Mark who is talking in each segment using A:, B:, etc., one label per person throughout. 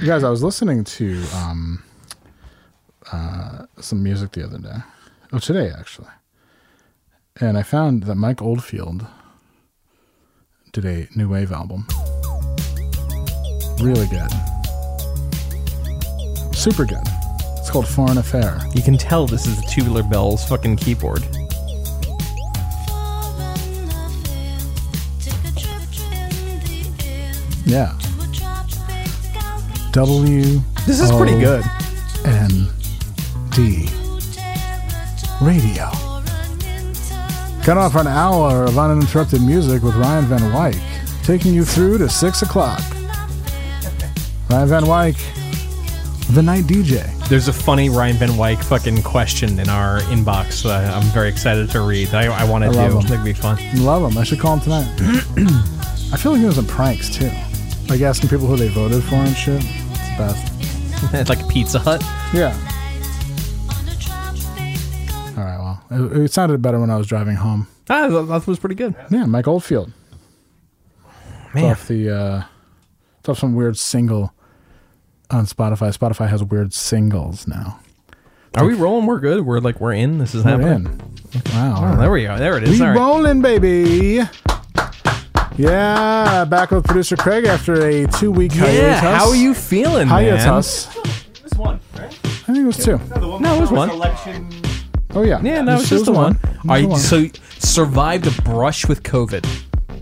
A: you guys, I was listening to um, uh, some music the other day. Oh, today actually. And I found that Mike Oldfield did a new wave album. Really good. Super good. It's called Foreign Affair.
B: You can tell this is the Tubular Bells fucking keyboard.
A: Yeah. W
B: This is pretty
A: Oh.
B: good.
A: N D Radio. Cut off an hour of uninterrupted music with Ryan Van Wyk, taking you through to 6 o'clock. Ryan Van Wyk, the night DJ.
B: There's a funny Ryan Van Wyck fucking question in our inbox that I'm very excited to read. That I, I want to
A: I love
B: do.
A: them.
B: That'd be fun.
A: Love him. I should call him tonight. I feel like he was in pranks too. Like asking people who they voted for and shit. It's the best.
B: it's like Pizza Hut.
A: Yeah. All right, well, it, it sounded better when I was driving home.
B: Ah, that, that was pretty good.
A: Yeah, Mike Oldfield. It's
B: Man.
A: off the uh it's off some weird single on Spotify. Spotify has weird singles now.
B: Are we rolling? We're good. We're like we're in. This is
A: We're
B: happening.
A: in. Wow.
B: Oh, there we go. There it is.
A: we
B: All right.
A: rolling, baby. Yeah, back with producer Craig after a two week hiatus.
B: Yeah. How are you feeling, man?
A: Hiatus.
C: This one, right?
A: I think it was two.
C: No, the one
B: No, it was
C: before
B: one.
C: Election.
A: Oh yeah.
B: Yeah, no,
A: It
B: it's
A: was- it
B: just
A: was
B: the one.
A: It
B: All
A: was
B: right,
A: the one.
B: so you survived a brush with COVID.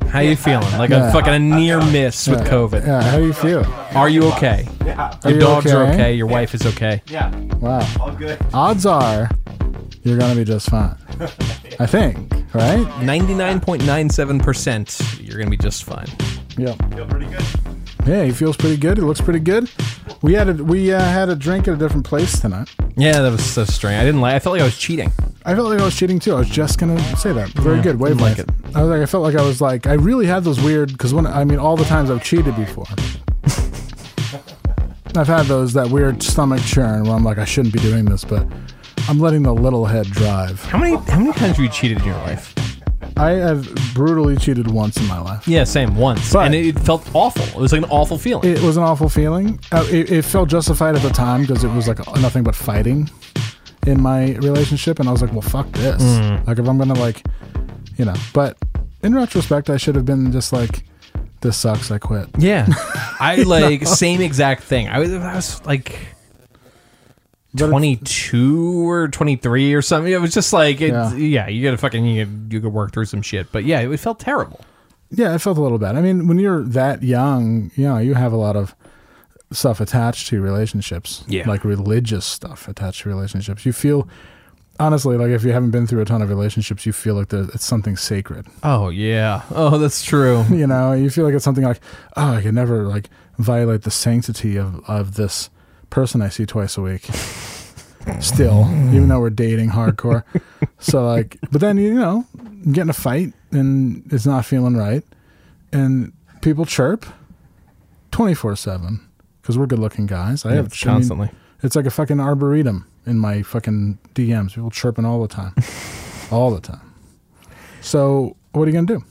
B: How you feeling? Like
A: Yeah.
B: a fucking a near miss with
A: Yeah.
B: COVID.
A: Yeah, how do you feel?
B: Are you okay?
C: Yeah.
B: Your
A: you
B: dogs are
A: okay?
B: okay. Your wife is okay.
C: Yeah.
A: Wow.
C: All good.
A: Odds are you're gonna be just fine. I think, right?
B: Ninety-nine point nine seven percent. You're gonna be just fine.
A: Yep.
C: Feel pretty good.
A: Yeah, he feels pretty good. He looks pretty good. We had a we uh, had a drink at a different place tonight.
B: Yeah, that was so strange. I didn't like. I felt like I was cheating.
A: I felt like I was cheating too. I was just gonna say that. Very good
B: didn't like
A: wavelength. I was like, I felt like I was like, I really had those weird because when I mean, all the times I've cheated before, I've had those that weird stomach churn where I'm like, I shouldn't be doing this, but I'm letting the little head drive.
B: How many How many times have you cheated in your life?
A: I have brutally cheated once in my life.
B: Yeah, same once,
A: But-
B: and it, it felt awful. It was like an awful feeling.
A: It was an awful feeling. Uh, it, it felt justified at the time because it was like nothing but fighting in my relationship, and I was like, "Well, fuck this." Like, if I'm gonna like, you know. But in retrospect, I should have been just like, "This sucks. I quit."
B: yeah, I like same exact thing. I was, I was like
A: But it-
B: 22 or 23 or something. It was just like, it, yeah.
A: Yeah.
B: you gotta fucking, you could, you could work through some shit. But yeah, it, felt terrible.
A: yeah, it felt a little bad. I mean, when you're that young, you know, you have a lot of stuff attached to relationships.
B: Yeah.
A: like religious stuff attached to relationships. You feel. Honestly, like if you haven't been through a ton of relationships, you feel like there's, it's something sacred.
B: Oh, yeah. Oh, that's true.
A: you know you feel like it's something like oh i could never like violate the sanctity of of this person i see twice a week still even though we're dating hardcore so like but then you know you get in a fight and it's not feeling right and people chirp 24-7 because we're good looking guys i have I mean,
B: constantly.
A: it's like a fucking arboretum in my fucking dms people chirping all the time all the time so what are you gonna do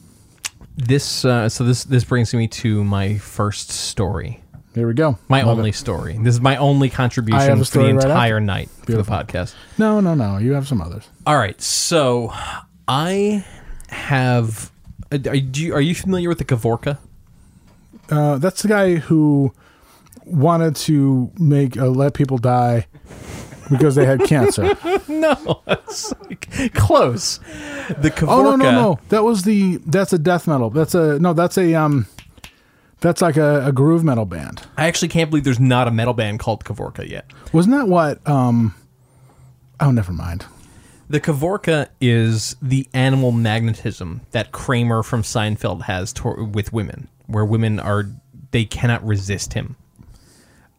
B: This, uh, so this, this brings me to my first story.
A: here we go
B: My
A: Love
B: only
A: it.
B: story. This is my only
A: I have
B: contribution
A: a
B: for
A: story
B: the
A: right
B: entire night
A: Beautiful.
B: for the podcast.
A: No, no, no. You have some others.
B: All right. So I have, uh, are you, are you familiar with the Kavorka?
A: Uh, that's the guy who wanted to make uh, let people die because they had cancer.
B: No, it's like, close. The Kavorka.
A: oh no, no, no. That was the. That's a death metal. That's a no. That's a um. That's like a, a groove metal band.
B: I actually can't believe there's not a metal band called Kavorka yet.
A: Wasn't that what? Um, oh, never mind.
B: The Kavorka is the animal magnetism that Kramer from Seinfeld has to- with women, where women are they cannot resist him.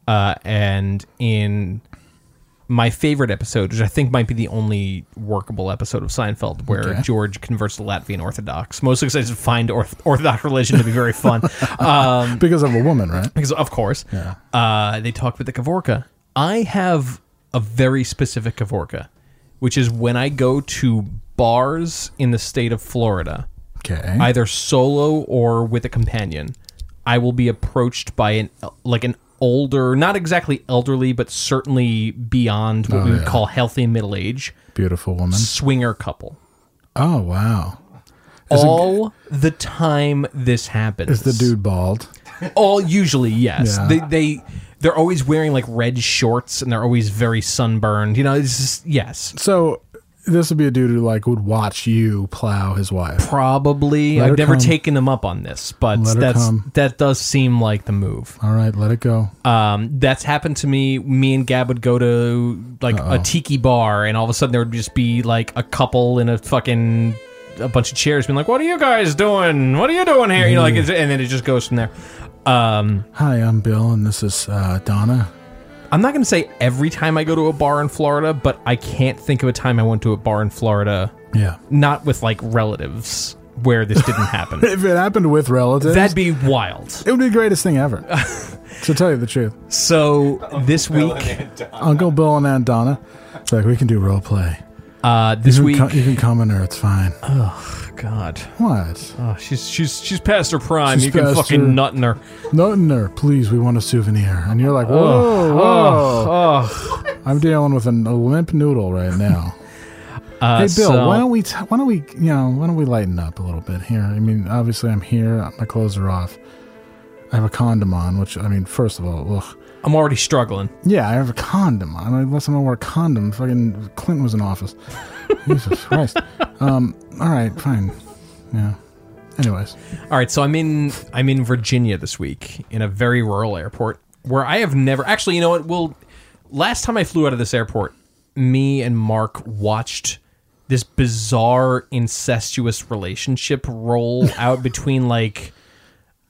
B: Uh, and in my favorite episode, which I think might be the only workable episode of Seinfeld, where
A: Okay.
B: George converts to Latvian Orthodox, mostly because I just find orth- Orthodox religion to be very fun. um,
A: Because of a woman, right?
B: because of course uh, they talked with the Kavorka. I have a very specific Kavorka, which is when I go to bars in the state of Florida,
A: Okay.
B: either solo or with a companion, I will be approached by an like an older, not exactly elderly, but certainly beyond what we would
A: Oh, yeah.
B: call healthy middle age
A: Beautiful woman.
B: swinger couple.
A: Oh wow. it-
B: All the time this happens.
A: Is the dude bald?
B: All usually, yes.
A: Yeah.
B: They they they're always wearing like red shorts and they're always very sunburned. You know, it's just, yes.
A: So this would be a dude who like would watch you plow his wife.
B: Probably,
A: Let her
B: I've never
A: come.
B: taken them up on this, but
A: Let her
B: that's
A: come.
B: that does seem like the move.
A: All right, let it go.
B: Um, that's happened to me. Me and Gab would go to like a tiki bar, and all of a sudden there would just be like a couple in a fucking a bunch of chairs, being like, "What are you guys doing? What are you doing here?" You know, like, it's, and then it just goes from there. Um,
A: Hi, I'm Bill, and this is uh, Donna.
B: I'm not going to say every time I go to a bar in Florida, but I can't think of a time I went to a bar in Florida,
A: Yeah.
B: not with like relatives, where this didn't happen.
A: If it happened with relatives,
B: That'd be wild.
A: it would be the greatest thing ever. to tell you the truth,
B: So
A: Oh,
B: this week,
A: Uncle Bill and Aunt Donna. It's like we can do role play.
B: uh, this
A: You
B: week, Oh,
A: can, co- you can come in or it's fine.
B: God,
A: What?
B: oh, she's she's she's past her prime.
A: She's
B: you can
A: past
B: fucking
A: her-
B: nut in her.
A: No, no, please, we want a souvenir. And you're like, whoa,
B: Oh,
A: whoa. I'm dealing with an, a limp noodle right now.
B: Uh,
A: hey, Bill,
B: so-
A: why don't we, t- why don't we, you know, why don't we lighten up a little bit here? I mean, obviously, I'm here. My clothes are off. I have a condom on, which, I mean, first of all, ugh.
B: I'm already struggling.
A: Yeah, I have a condom on. Unless I'm gonna wear a condom, fucking Clinton was in office. Jesus Christ. Um, all right, fine. Yeah. Anyways,
B: All right, so I'm in I'm in Virginia this week in a very rural airport where I have never actually. You know what? Well, last time I flew out of this airport, me and Mark watched this bizarre incestuous relationship roll out between like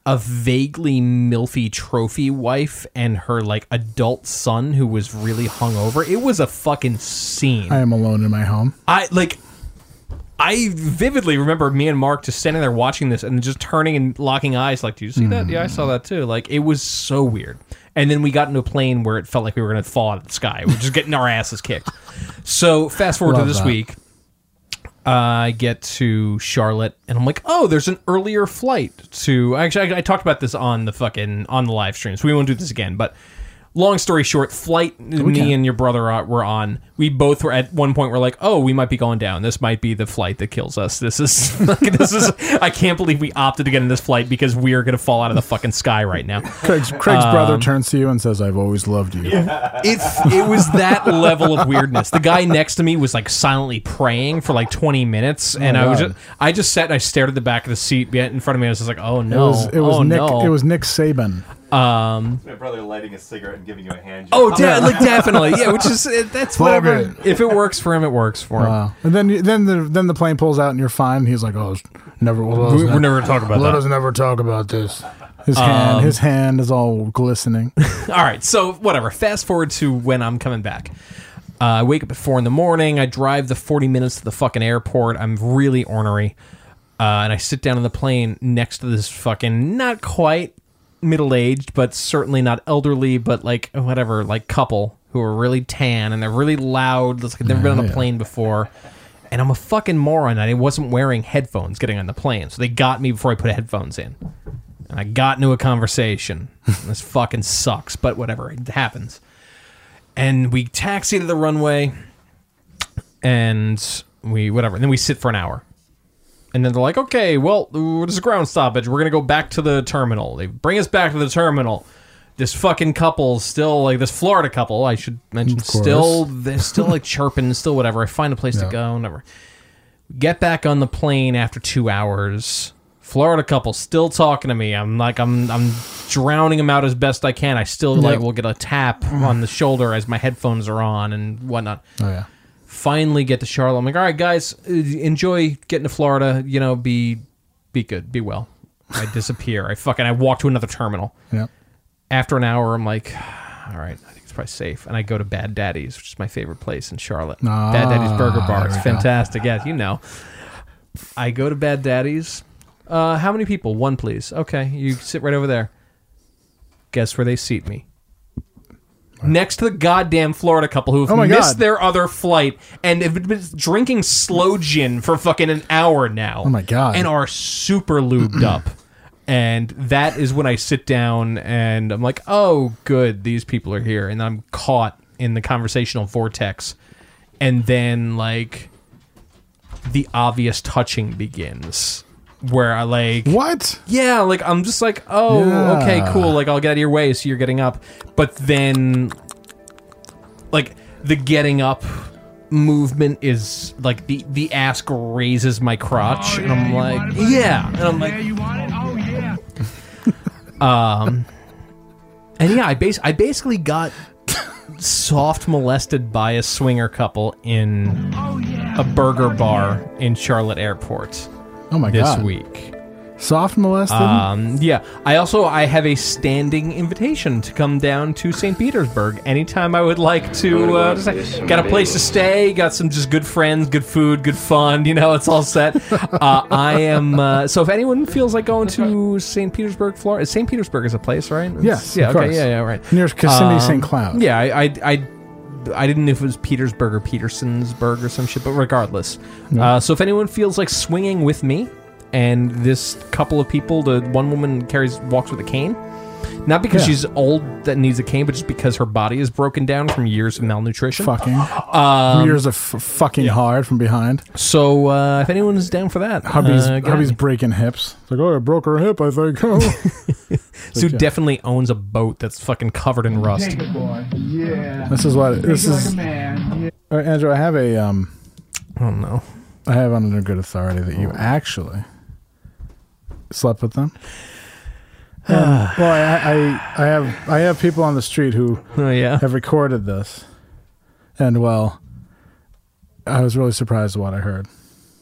B: a vaguely milfy trophy wife and her like adult son who was really hungover. It was a fucking scene.
A: I am alone in my home.
B: I like. I vividly remember me and Mark just standing there watching this and just turning and locking eyes, like, "Do you see
A: Mm.
B: that? Yeah, I saw that too." Like it was so weird. And then we got into a plane where it felt like we were going to fall out of the sky. We're just getting our asses kicked. So fast forward
A: Love
B: to this
A: that.
B: week, I get to Charlotte and I'm like, "Oh, there's an earlier flight to." Actually, I, I talked about this on the fucking on the live stream, so we won't do this again. But long story short, flight me
A: can.
B: and your brother uh, were on. We both were at one point. We're like, "Oh, we might be going down. This might be the flight that kills us. This is like, this is. I can't believe we opted to get in this flight because we are gonna fall out of the fucking sky right now."
A: Craig's, Craig's
B: Um,
A: brother turns to you and says, "I've always loved you."
B: it, it was that level of weirdness. The guy next to me was like silently praying for like 20 minutes, and I was
A: Oh God.
B: just, I just sat and I stared at the back of the seat be- in front of me. I was just like, oh
A: It
B: no,
A: was, it was
B: oh
A: Nick.
B: no,
A: It was Nick Saban.
C: My brother lighting a cigarette and giving you a hand job.
B: oh, de- like definitely, yeah. Which is it- that's whatever.
A: Vulgar.
B: If it works for him, it works for him.
A: Wow. And then, you- then the then the plane pulls out and you're fine. He's like, "Oh, it's never. Well, let us
B: We,
A: ne-
B: we're never gonna talk about
A: Let
B: that. Um,
A: us never talk about this." His hand, his hand is all glistening.
B: All right, so whatever. Fast forward to when I'm coming back. Uh, I wake up at four in the morning. I drive the 40 minutes to the fucking airport. I'm really ornery. Uh, and I sit down on the plane next to this fucking, not quite middle aged, but certainly not elderly, but like whatever, like couple who are really tan and they're really loud. It's like I've never been on a
A: Yeah.
B: plane before. And I'm a fucking moron. And I wasn't wearing headphones getting on the plane. So they got me before I put headphones in and I got into a conversation. this fucking sucks, but whatever, it happens. And we taxi to the runway, and we whatever. And then we sit for an hour, and then they're like, "Okay, well, there's a ground stoppage. We're gonna go back to the terminal." They bring us back to the terminal. This fucking couple still like this Florida couple. I should mention
A: course.
B: still they're still like chirping, still whatever. I find a place to
A: Yeah.
B: go, whatever. Get back on the plane after two hours. Florida couple still talking to me. I'm like I'm I'm drowning them out as best I can. I still like will get a tap on the shoulder as my headphones are on and whatnot.
A: Oh yeah.
B: Finally get to Charlotte. I'm like, all right, guys, uh, enjoy getting to Florida. You know, be be good, be well. I disappear. I fucking I walk to another terminal
A: Yeah.
B: after an hour, I'm like, all right, I think it's probably safe. And I go to Bad Daddy's, which is my favorite place in Charlotte.
A: Ah,
B: Bad Daddy's Burger Bar.
A: there
B: It's
A: we go.
B: fantastic. Yeah, you know. I go to Bad Daddy's. Uh, how many people? One, please. Okay, you sit right over there. Guess where they seat me? Next to the goddamn Florida couple who have
A: Oh my
B: missed
A: God.
B: their other flight and have been drinking slow gin for fucking an hour now.
A: Oh my God.
B: And are super lubed up. And that is when I sit down and I'm like, oh, good, these people are here. And I'm caught in the conversational vortex. And then, like, the obvious touching begins where I, like,
A: What?
B: yeah, like I'm just like, oh,
A: Yeah.
B: okay, cool. Like I'll get out of your way, so you're getting up. But then, like the getting up movement is like the the ass raises my crotch, and I'm like, yeah, and I'm like,
D: you want it? Oh yeah.
B: Um, and yeah, I bas- I basically got soft molested by a swinger couple in
D: Oh,
B: a burger bar in Charlotte Airport
A: Oh my
B: this
A: god.
B: week.
A: Soft molested.
B: Um, yeah. I also I have a standing invitation to come down to St. Petersburg anytime I would like to. Uh, just like- got a place to stay. Got some just good friends, good food, good fun. You know, it's all set. Uh, I am. Uh, so if anyone feels like going to St. Petersburg, Florida, St. Petersburg is a place, right? It's-
A: Yes,
B: Yeah.
A: of
B: okay.
A: course.
B: Yeah. Yeah. Right.
A: Near Kissimmee,
B: Um,
A: St. Cloud.
B: Yeah. I. I, I I didn't know if it was Petersburg or Petersonsburg or some shit, but regardless. Uh, so if anyone feels like swinging with me and this couple of people, the one woman carries walks with a cane, not because
A: Yeah.
B: she's old that needs a cane, but just because her body is broken down from years of malnutrition. Uh,
A: Fucking. Years of f- fucking hard from behind.
B: So Um, uh, if anyone's down for that,
A: Hubby's,
B: uh, get at
A: hubby's
B: me.
A: breaking hips. It's like, oh, I broke her hip, I think. Oh.
B: Sue definitely owns a boat that's fucking covered in rust.
D: Take it, boy. Yeah.
A: this is what this
D: Take it like
A: is.
D: a man. Yeah.
A: All right, Andrew, I have a um,
B: Oh no.
A: I have under good authority that
B: Oh.
A: you actually slept with them. Um, well, I, I, I have I have people on the street who
B: Oh yeah.
A: have recorded this, and well, I was really surprised at what I heard.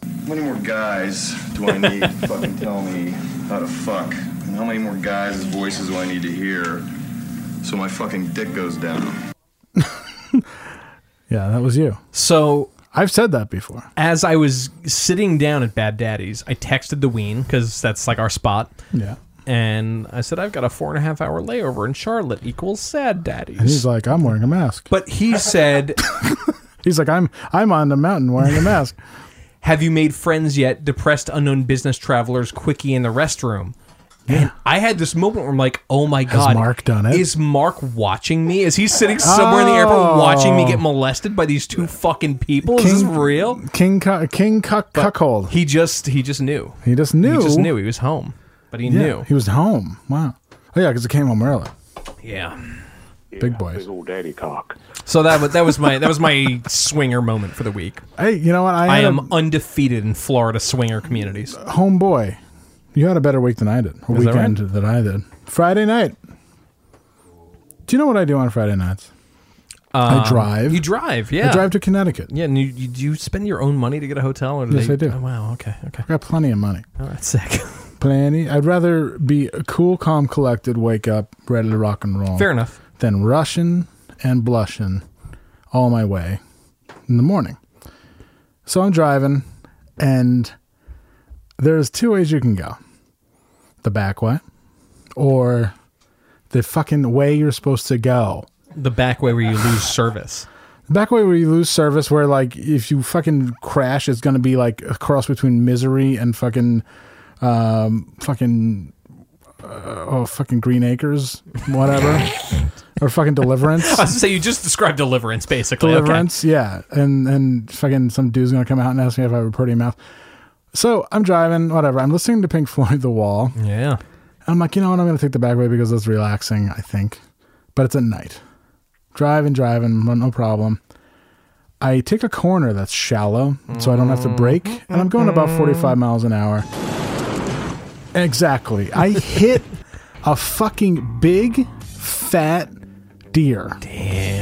E: How many more guys do I need to fucking tell me how to fuck? And how many more guys' voices do I need to hear so my fucking dick goes down?
A: Yeah, that was you.
B: So
A: I've said that before.
B: as I was sitting down at Bad Daddy's, I texted the Ween because that's like our spot.
A: Yeah,
B: and I said, I've got a four and a half hour layover in Charlotte equals sad daddies.
A: and he's like, I'm wearing a mask.
B: but he said,
A: He's like, I'm I'm on the mountain wearing a mask.
B: Have you made friends yet? Depressed unknown business travelers, quickie in the restroom. And I had this moment where I'm like, oh my God.
A: Mark done it?
B: Is Mark watching me? Is he sitting somewhere in the airport watching me get molested by these two fucking people? is this
A: Oh. King-
B: real?
A: King Cu- King Cuck Cuckold.
B: He just he just knew.
A: He just knew.
B: He just knew he was home. But he
A: Yeah,
B: knew.
A: he was home. Wow. Oh yeah, because he came home early.
B: Yeah.
A: Big boys.
B: So that was that was my that was my swinger moment for the week.
A: Hey, you know what? I,
B: I
A: had a-
B: am undefeated in Florida swinger communities.
A: homeboy, you had a better week than I did. A
B: that
A: weekend that, I did. Friday night. Do you know what I do on Friday nights? I drive.
B: You drive, yeah.
A: I drive to Connecticut.
B: yeah, and you, you do you spend your own money to get a hotel, or do
A: Yes,
B: they,
A: I do.
B: Oh, wow, okay, okay,
A: I got plenty of money.
B: oh, that's sick.
A: Plenty. I'd rather be cool, calm, collected, wake up, ready to rock and roll,
B: Fair enough.
A: than rushing and blushing all my way in the morning. So I'm driving, and there's two ways you can go the back way or the fucking way you're supposed to go.
B: The back way where you lose service.
A: The back way where you lose service, where like if you fucking crash, it's going to be like a cross between misery and fucking, um, fucking, uh, oh, fucking Green Acres, whatever, or fucking Deliverance.
B: I was gonna say you just described deliverance, basically. okay.
A: Deliverance, yeah, and and fucking some dude's gonna come out and ask me if I have a pretty mouth. So I'm driving, whatever. I'm listening to Pink Floyd, The Wall.
B: Yeah.
A: I'm like, you know what? I'm gonna take the back way because that's relaxing, I think. But it's at night. Driving, driving, no- no problem. I take a corner that's shallow, so I don't have to brake, and I'm going about 45 miles an hour. Exactly. I hit a fucking big fat deer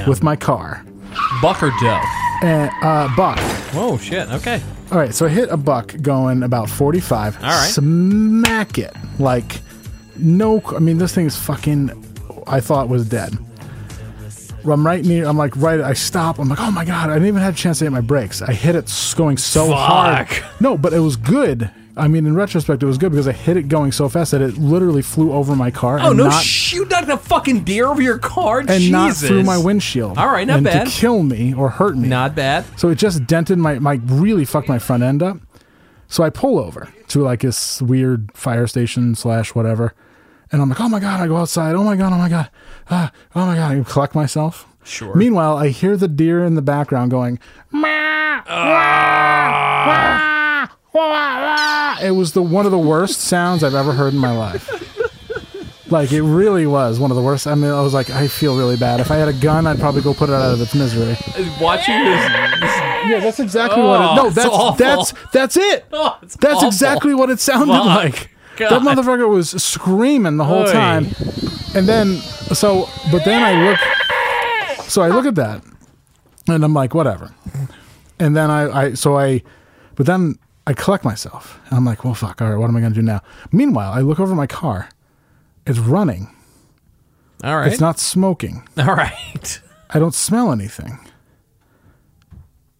A: with my car.
B: Buck or doe?
A: And uh buck.
B: Whoa, shit. Okay.
A: All right, so I hit a buck going about 45. All
B: right.
A: Smack it. Like no I mean this thing's fucking I thought was dead. I'm right near I'm like right I stop. I'm like, "Oh my god, I didn't even have a chance to hit my brakes. I hit it s- going so hard."
B: Fuck.
A: No, but it was good. I mean, in retrospect, it was good because I hit it going so fast that it literally flew over my car.
B: Oh
A: and
B: no!
A: not-
B: sh- you knocked a fucking deer over your car,
A: and
B: Jesus.
A: not through my windshield.
B: All right, not
A: and
B: bad.
A: To kill me or hurt me.
B: Not bad.
A: So it just dented my my really fucked my front end up. So I pull over to like this weird fire station slash whatever, and I'm like, oh my god! I go outside. Oh my god! Oh my god! Ah, oh my god! I collect myself.
B: Sure.
A: Meanwhile, I hear the deer in the background going, "Meow, meow, meow, meow." it was the one of the worst sounds I've ever heard in my life. Like it really was one of the worst. I mean, I was like, I feel really bad. If I had a gun, I'd probably go put it out of its misery.
B: Watching this.
A: Yeah, that's exactly what it. No,
B: Oh, it's
A: that's
B: awful.
A: that's that's it.
B: Oh, it's
A: that's
B: awful.
A: exactly what it sounded
B: Fuck.
A: like. That
B: God.
A: motherfucker was screaming the whole
B: Oy.
A: time, and then so, but then I look, so I look at that, and I'm like, whatever. And then I, I so I, but then I collect myself. And I'm like, well, fuck. All right, what am I gonna do now? Meanwhile, I look over my car. It's running.
B: All right.
A: It's not smoking.
B: All right.
A: I don't smell anything.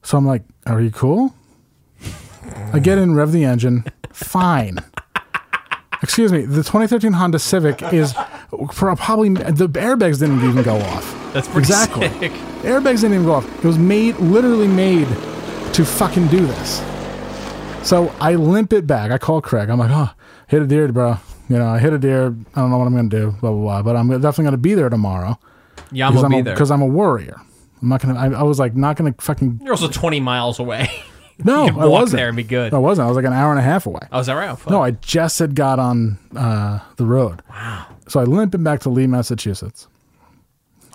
A: So I'm like, are you cool? I get in, rev the engine. Fine. Excuse me. The 2013 Honda Civic is for probably the airbags didn't even go off.
B: That's pretty
A: exactly.
B: sick.
A: Airbags didn't even go off. It was made, literally made, to fucking do this. So I limp it back. I call Craig. I'm like, oh, hit a deer, bro. You know, I hit a deer. I don't know what I'm gonna do. Blah blah blah. But I'm definitely gonna be there tomorrow
B: Yeah, I'm
A: because
B: gonna
A: I'm,
B: be
A: a-
B: there.
A: 'cause I'm a warrior. I'm not gonna. I, I was like not gonna fucking.
B: You're also 20 miles away.
A: No,
B: could
A: I
B: walk
A: wasn't.
B: there and be good.
A: I wasn't. I was like an hour and a half away.
B: Oh, is that right? Oh, fuck.
A: No, I just had got on uh, the road. Wow. So I limping back to Lee, Massachusetts.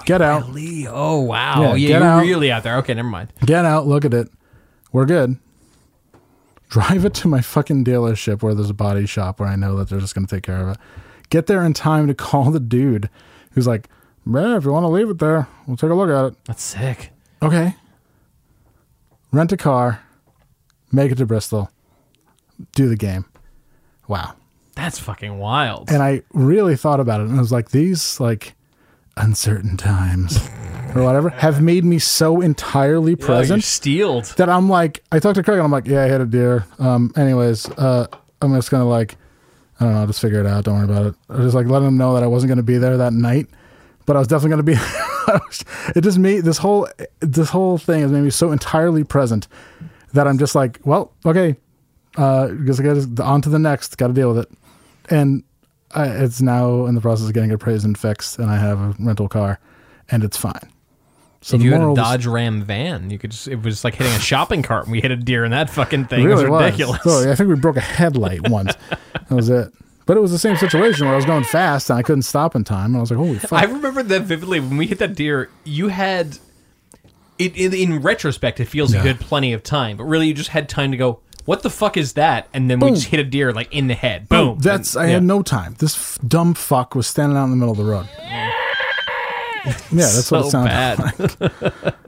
A: Get out.
B: Lee. Oh wow.
A: Yeah,
B: Yeah,
A: get
B: you're
A: out.
B: really out there. Okay, never mind.
A: Get out. Look at it. We're good. Drive it to my fucking dealership where there's a body shop where I know that they're just gonna take care of it. Get there in time to call the dude who's like, man, if you want to leave it there, we'll take a look at it.
B: That's sick.
A: Okay. Rent a car, make it to Bristol, do the game. Wow.
B: That's fucking wild.
A: And I really thought about it and I was like, these like uncertain times or whatever have made me so entirely
B: Oh, you're
A: present
B: steeled.
A: that I'm like, I talked to Craig and I'm like, yeah, I hit a deer. Um, anyways, uh, I'm just gonna like, I don't know, just figure it out. Don't worry about it. I just like letting him know that I wasn't gonna be there that night, but I was definitely gonna be. I was- it just made this whole this whole thing has made me so entirely present that I'm just like, well, okay, uh, because I got on to the next, got to deal with it, and I, it's now in the process of getting appraised and fixed, and I have a rental car, and it's fine. So
B: If you had a
A: moral of the
B: Dodge Ram van, you could just, it was like hitting a shopping cart and we hit a deer in that fucking thing. It was ridiculous.
A: So, I think we broke a headlight once. that was it. But it was the same situation where I was going fast and I couldn't stop in time. And I was like, holy fuck.
B: I remember that vividly. When we hit that deer, you had it in, in retrospect. It feels like you had plenty of time, but really, you just had time to go. What the fuck is that? And then
A: Boom.
B: we just hit a deer like in the head. Boom.
A: That's, I
B: yeah.
A: had no time. This f- dumb fuck was standing out in the middle of the road. Yeah, that's
B: so
A: what it sounded
B: bad.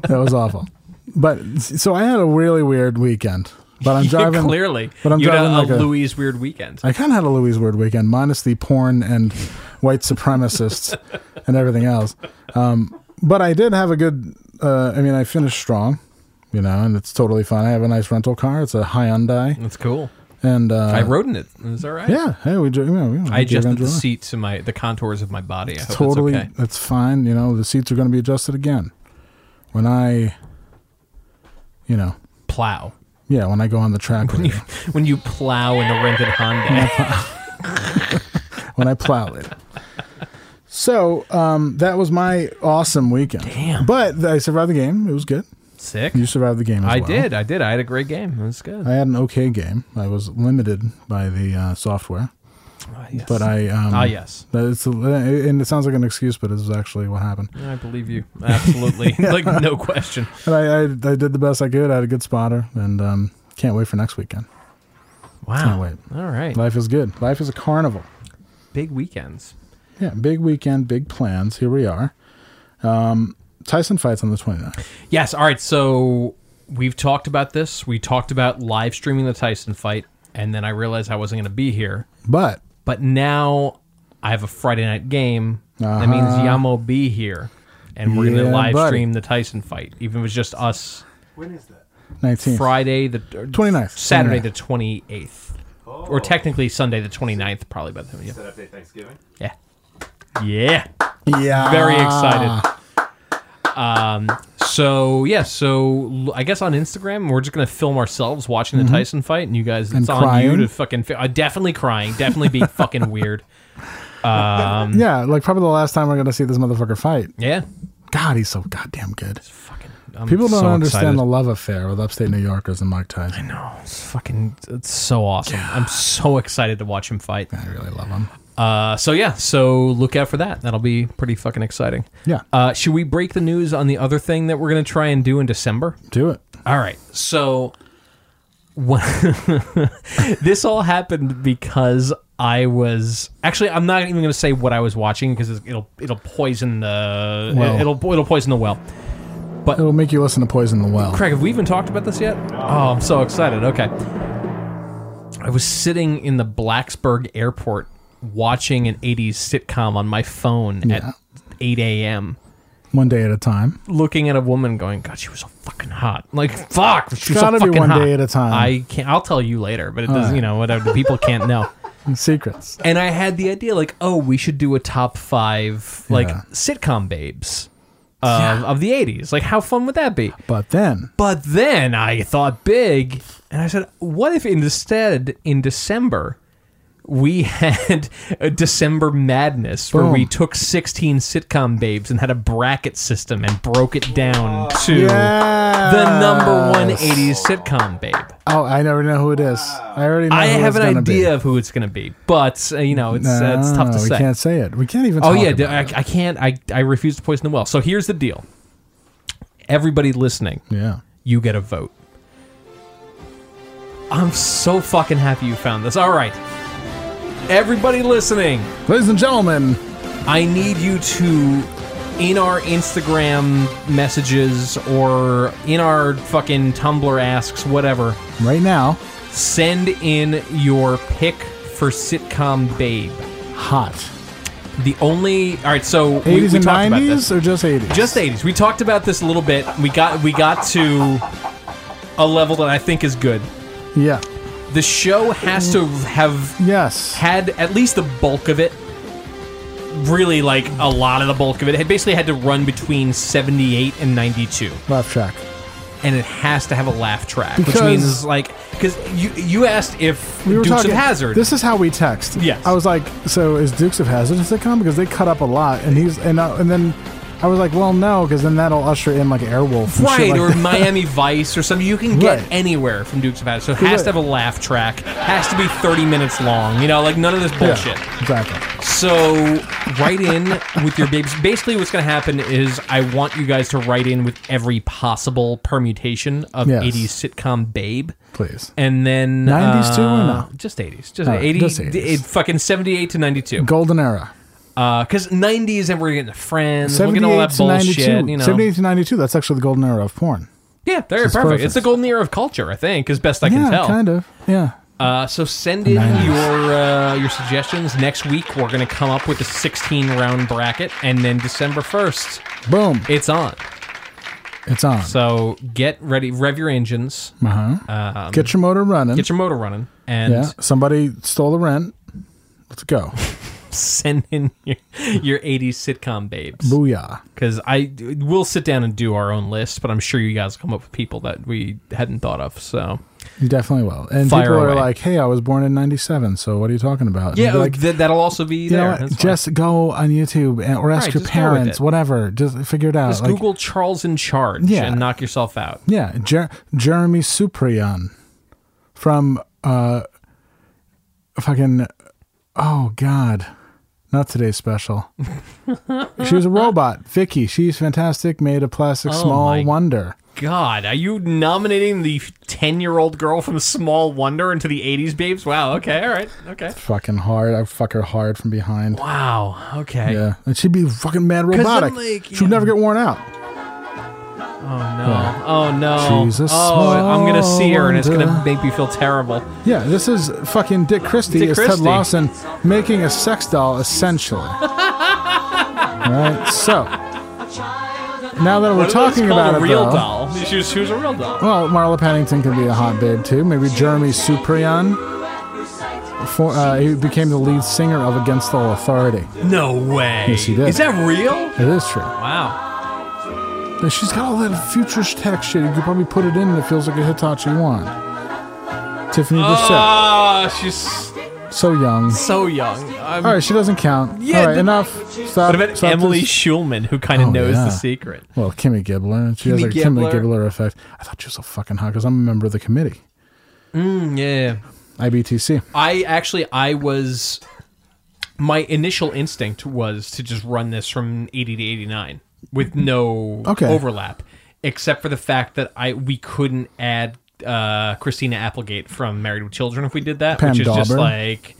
A: That was awful. But so I had a really weird weekend. But I'm driving.
B: Clearly,
A: But I'm
B: you had a,
A: driving like a-
B: Louis weird weekend.
A: I kind of had a Louis Word weekend, minus the porn and white supremacists and everything else. Um, but I did have a good. Uh, I mean, I finished strong, you know, and it's totally fine. I have a nice rental car. It's a Hyundai,
B: That's cool.
A: and uh,
B: I rode in it. It was all right.
A: Yeah, hey, we, dri- you know, we
B: I adjusted
A: enjoy
B: the
A: it.
B: seat to my the contours of my body. I hope
A: Totally,
B: it's okay.
A: that's fine. You know, the seats are going to be adjusted again when I, you know,
B: Plow
A: yeah, when I go on the track, with it.
B: when you plow in the rented Honda.
A: when I plow it. So um, that was my awesome weekend.
B: Damn.
A: But I survived the game. It was good.
B: Sick.
A: You survived the game. As
B: I
A: well.
B: did. I did. I had a great game. It was good.
A: I had an okay game. I was limited by the uh, software,
B: Ah, yes.
A: but I um,
B: Ah, yes.
A: but It's and it sounds like an excuse, but it's actually what happened.
B: I believe you. Absolutely. like, no question.
A: And I, I I did the best I could. I had a good spotter, and um, can't wait for next weekend.
B: Wow.
A: Oh, wait.
B: All right.
A: Life is good. Life is a carnival.
B: Big weekends.
A: Yeah, big weekend, big plans. Here we are. Um, Tyson fights on the 29th.
B: Yes. All right. So we've talked about this. We talked about live streaming the Tyson fight, and then I realized I wasn't going to be here.
A: But
B: But now I have a Friday night game. That means Yamo be here, and we're going
A: Uh-huh. Yeah,
B: to live
A: buddy.
B: stream the Tyson fight, even if it's just us.
C: When is that?
A: 19th.
B: Friday the
A: 29th.
B: Saturday
A: Yeah.
B: the 28th. Or technically Sunday the 29th, probably by the time.
C: That update Thanksgiving?
B: Yeah. Yeah. Yeah.
A: Yeah.
B: Very
A: Ah.
B: excited. Um, so, yeah, so l- I guess on Instagram, we're just going to film ourselves watching the Tyson fight, and you guys, it's on you
A: Mm-hmm. crying.
B: to fucking. Fi- uh, definitely crying. Definitely be fucking weird.
A: Yeah, like probably the last time we're going to see this motherfucker fight.
B: Yeah.
A: God, he's so goddamn good.
B: Fucking. I'm
A: People don't
B: so
A: understand
B: excited.
A: the love affair with upstate New Yorkers and Mike Tyson.
B: No, it's fucking. It's so awesome. I'm so excited to watch him fight.
A: I really love him.
B: Uh, so yeah, so look out for that. That'll be pretty fucking exciting.
A: Yeah.
B: Uh, should we break the news on the other thing that we're gonna try and do in December?
A: Do it.
B: All right. So when- this all happened because I was actually I'm not even going to say what I was watching because it'll it'll poison the
A: Well.
B: it'll it'll poison the well.
A: It'll make you listen to Poison the Well.
B: Craig, have we even talked about this yet? Oh, I'm so excited. Okay. I was sitting in the Blacksburg airport watching an 80s sitcom on my phone
A: Yeah.
B: at 8 a.m.
A: One day at a time.
B: Looking at a woman going, God, she was so fucking hot. Like, fuck, she was so
A: gotta be
B: fucking
A: one
B: hot.
A: day at a time.
B: I can't, I'll tell you later, but it doesn't, you know, whatever. People can't know.
A: Secrets.
B: And I had the idea, like, oh, we should do a top five, like,
A: Yeah.
B: sitcom babes uh, of the 80s. Like, how fun would that be?
A: But then,
B: But then I thought big, and I said, "What if instead in December we had a December Madness where we
A: Boom.
B: took 16 sitcom babes and had a bracket system and broke it down to
A: yeah,
B: the number one 80s sitcom babe?"
A: Oh, I never know who it is. I already. know
B: I
A: who
B: have
A: it's
B: an
A: gonna
B: idea
A: Be. Ah,
B: of who it's going to be, but uh, you know it's uh, it's tough to
A: we
B: say.
A: can't say it. We can't even.
B: Oh
A: talk
B: yeah, d-
A: about
B: I,
A: it.
B: I can't. I I refuse to poison the well. So here's the deal. Everybody listening,
A: yeah.
B: you get a vote. I'm so fucking happy you found this. All right. Everybody listening,
A: Ladies and gentlemen,
B: I need you to, in our Instagram messages or in our fucking Tumblr asks, whatever,
A: right now,
B: send in your pick for sitcom babe.
A: hot.
B: The only. All right, so we,
A: Eighties
B: we
A: and
B: talked about this.
A: nineties, or just eighties?
B: just 80s we talked about this a little bit we got we got to a level that i think is good
A: Yeah.
B: the show has to have
A: Yes.
B: had at least the bulk of it really like a lot of the bulk of it it basically had to run between 78 and 92
A: Left track.
B: and it has to have a laugh track which
A: Because-
B: means it's like because you you asked if
A: We were
B: dukes
A: talking.
B: of hazard
A: This is how we text.
B: Yes.
A: I was like, so is Dukes of Hazard a sitcom because they cut up a lot, and he's and uh, and then I was like, well, no, because then that'll usher in like Airwolf, and shit
B: Right,
A: like
B: or
A: that.
B: Miami Vice or something. You can get
A: Right.
B: anywhere from Dukes of Hazzard. So it has to have a laugh track, has to be 30 minutes long. You know, like none of this
A: Yeah,
B: bullshit.
A: exactly.
B: So write in with your babes. Basically, what's going to happen is I want you guys to write in with every possible permutation of
A: Yes.
B: 80s sitcom babe.
A: Please.
B: And then
A: 90s too, or
B: uh,
A: no?
B: Just 80s, just
A: All right,
B: 80,
A: just 80s.
B: it- fucking 78 to 92.
A: Golden era.
B: Because 90s, and we're getting to Friends, we're
A: 78
B: getting all that
A: to 92.
B: bullshit. You know,
A: 78 to 92. That's actually the golden era of porn.
B: Yeah, they're
A: This is
B: perfect.
A: perfect.
B: It's the golden era of culture, I think, as best I
A: yeah,
B: can tell.
A: kind of. Yeah.
B: Uh, so send in
A: Nice.
B: your uh, your suggestions. Next week we're gonna come up with a 16 round bracket, and then December 1st,
A: Boom.
B: it's on.
A: It's on.
B: So get ready, rev your engines, Um,
A: uh-huh. get your motor running.
B: get your motor running, and
A: yeah. Somebody stole the rent. Let's go.
B: send in your, your 80s sitcom babes.
A: Booyah.
B: Because I we'll sit down and do our own list, but I'm sure you guys come up with people that we hadn't thought of. So
A: You definitely will. And
B: Fire
A: people are
B: away.
A: like, hey, I was born in 97, so what are you talking about? And
B: yeah, oh,
A: you'd be like,
B: th- that'll also be
A: you
B: there.
A: know what?
B: That's fine.
A: Just go on YouTube and, or ask
B: Right, just
A: your
B: go with
A: parents,
B: it.
A: whatever. Just figure it out.
B: Just
A: uh, Like,
B: Google Charles in charge
A: Yeah.
B: and knock yourself out.
A: Yeah. Jer- Jeremy Suprian from uh, fucking, oh, God. Not today's special. she was a robot, Vicky. She's fantastic, made of plastic,
B: Oh
A: small
B: my-
A: wonder.
B: God, are you nominating the 10 year old girl from Small Wonder into the 80s babes? Wow, okay, all right, okay.
A: Fucking hard. I fuck her hard from behind.
B: Wow, okay.
A: Yeah, and she'd be fucking mad
B: I'm
A: robotic.
B: like,
A: She'd never get worn out.
B: No. Oh, no.
A: She's a
B: oh, I'm going to see her and it's going to
A: small
B: make me feel terrible.
A: Yeah, this is fucking Dick Christie
B: Dick
A: as Ted
B: Christie.
A: Lawson making a sex doll essentially. All right, so now that we're
B: What
A: talking
B: it's called
A: about
B: a
A: it,
B: real
A: though,
B: doll. She was, she was a real doll.
A: well, Marla Paddington could be a hot babe too. Maybe Jeremy Suprian. For, uh, he became the lead singer of Against All Authority.
B: No way.
A: Yes, he did.
B: Is that real?
A: It is true.
B: Wow.
A: And she's got all that future tech shit. You could probably put it in and it feels like a Hitachi wand. Tiffany Brissett.
B: Ah, she's
A: So young.
B: so young. I'm,
A: All right, she doesn't count.
B: Yeah,
A: all right,
B: the-
A: enough. Stop.
B: What about
A: stop
B: Emily
A: this.
B: Schulman, who kind of
A: Oh,
B: knows
A: yeah.
B: the secret?
A: Well, Kimmy Gibbler. She has
B: Kimmy
A: a Kimmy
B: Gibbler.
A: Gibbler effect. I thought she was so fucking hot because I'm a member of the committee,
B: Yeah.
A: IBTC.
B: I actually, I was. My initial instinct was to just run this from 80 to 89 with no
A: Okay.
B: overlap, except for the fact that I we couldn't add uh, Christina Applegate from Married with Children if we did that,
A: Pam
B: which is just
A: Dauber.
B: like.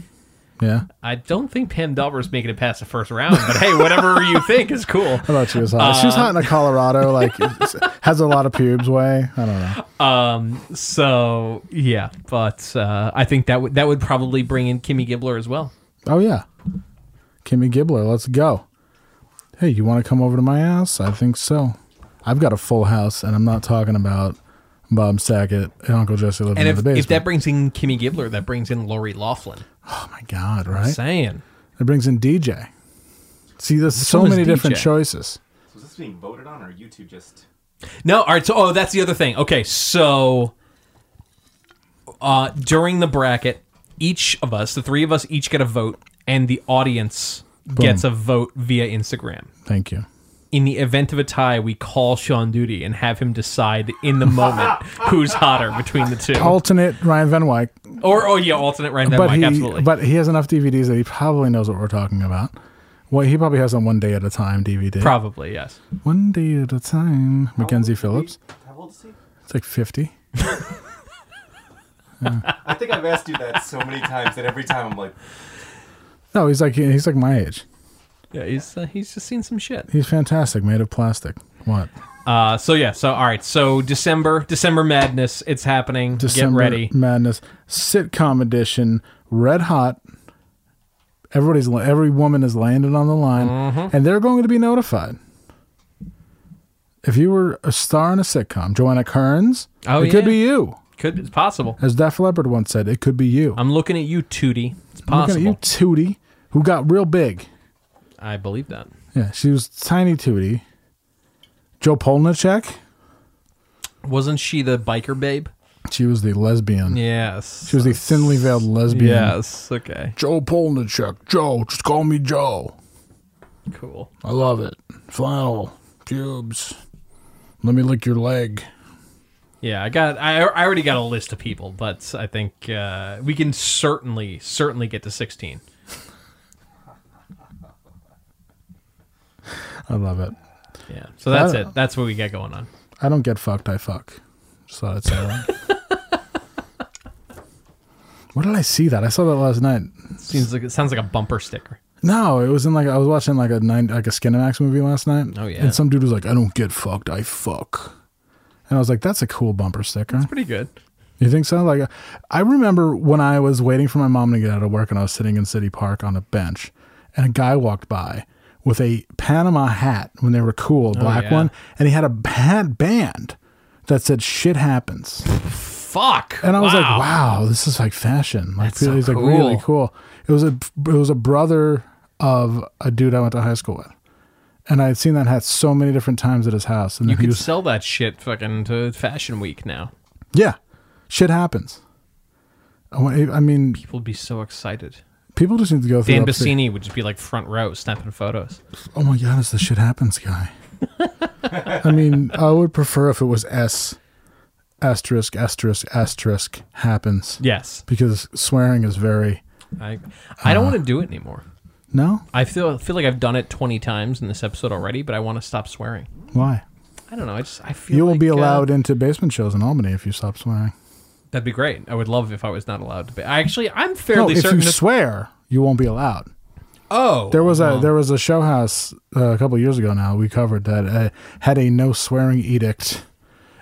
A: Yeah.
B: I don't think Pam Dauber's making it past the first round, but hey, whatever you think is cool.
A: I thought she was hot. she was hot in a
B: Uh,
A: Colorado, like, s- has a lot of pubes way. I don't know.
B: So yeah, but uh, I think that would that would probably bring in Kimmy Gibbler as well.
A: Oh, yeah. Kimmy Gibbler, let's go. Hey, you want to come over to my house? I think so. I've got a full house, and I'm not talking about Bob Saget and Uncle Jesse living
B: And
A: in
B: if,
A: the basement.
B: if that brings in Kimmy Gibbler, that brings in Lori Laughlin.
A: oh, my God, right?
B: Saying
A: It brings in DJ. See, there's so
B: one is
A: many different
B: DJ?
A: choices.
C: So is this being voted on, or you two just?
B: no, all right. So oh, that's the other thing. Okay, so uh, during the bracket, each of us, the three of us, each get a vote, and the audience gets a vote via Instagram.
A: Thank you.
B: in the event of a tie, we call Sean Duty and have him decide in the moment who's hotter between the two.
A: Alternate Ryan Van Wyck,
B: or oh yeah, alternate random
A: but
B: mic,
A: he
B: absolutely.
A: but he has enough DVDs that he probably knows what we're talking about. Well, he probably has a one day at a time DVD.
B: Probably yes.
A: one day at a time. Mackenzie Phillips.
C: How old is he?
A: It's like fifty.
C: I think I've asked you that so many times that every time I'm like,
A: No, he's like he's like my age.
B: Yeah, he's uh, he's just seen some shit.
A: He's fantastic, made of plastic. What?
B: Uh, so yeah, so all right, so December December madness, it's happening.
A: December
B: Get ready.
A: Madness sitcom edition, red hot. Everybody's every woman is landed on the line,
B: Mm-hmm.
A: and they're going to be notified. If you were a star in a sitcom, Joanna Kearns,
B: Oh,
A: it could
B: yeah.
A: be you.
B: Could it's possible?
A: As Def Leppard once said, it could be you.
B: I'm looking at you, Tootie. It's
A: I'm looking
B: possible.
A: at you, Tootie, who got real big.
B: I believe that.
A: Yeah, she was tiny Tootie. Joe Polnicek,
B: Wasn't she the biker babe?
A: she was the lesbian.
B: Yes.
A: She was the thinly veiled lesbian.
B: yes. Okay.
A: Joe Polnicek, Joe, just call me Joe.
B: Cool.
A: I love it. Flannel, pubes. Let me lick your leg.
B: Yeah, I got. I, I already got a list of people, but I think uh, we can certainly, certainly get to sixteen.
A: I love it.
B: Yeah. So that's
A: Uh,
B: it. That's what we got going on.
A: I don't get fucked, I fuck. Just thought I'd say that. Where did I see that? I saw that last night.
B: Seems like it sounds like a bumper sticker.
A: No, it was in like I was watching like a nine like a Skinamax movie last night.
B: Oh, yeah.
A: And some dude was like, I don't get fucked, I fuck. And I was like, that's a cool bumper sticker.
B: Pretty good.
A: You think so? Like, I remember when I was waiting for my mom to get out of work, and I was sitting in City Park on a bench, and a guy walked by with a Panama hat when they were cool, a black
B: Oh, yeah.
A: one, and he had a hat band that said "Shit happens,"
B: Fuck.
A: and I was like, "Wow, this is like fashion. Like,
B: That's so
A: he's like
B: cool.
A: really cool." It was a it was a brother of a dude I went to high school with, and I had seen that hat so many different times at his house, and
B: You
A: he
B: could
A: was
B: sell that shit fucking to Fashion Week now.
A: yeah, shit happens. I wa- I mean,
B: People would be so excited.
A: people just need to go through.
B: Dan
A: upstairs.
B: Bassini would just be like front row snapping photos.
A: Oh my god, it's the shit happens guy. I mean, I would prefer if it was S asterisk asterisk asterisk happens
B: Yes.
A: because swearing is very Uh-huh.
B: I I don't want to do it anymore.
A: No?
B: I feel feel like I've done it twenty times in this episode already, but I want to stop swearing.
A: Why?
B: I don't know. I just I feel
A: You will be
B: like, uh,
A: allowed into basement shows in Albany if you stop swearing.
B: that'd be great. I would love if I was not allowed to. Be. I actually I'm
A: No,
B: fairly
A: if
B: certain.
A: you
B: that-
A: swear, you won't be allowed.
B: oh,
A: There was a there was a show house uh, a couple years ago now we covered that uh, had a no swearing edict.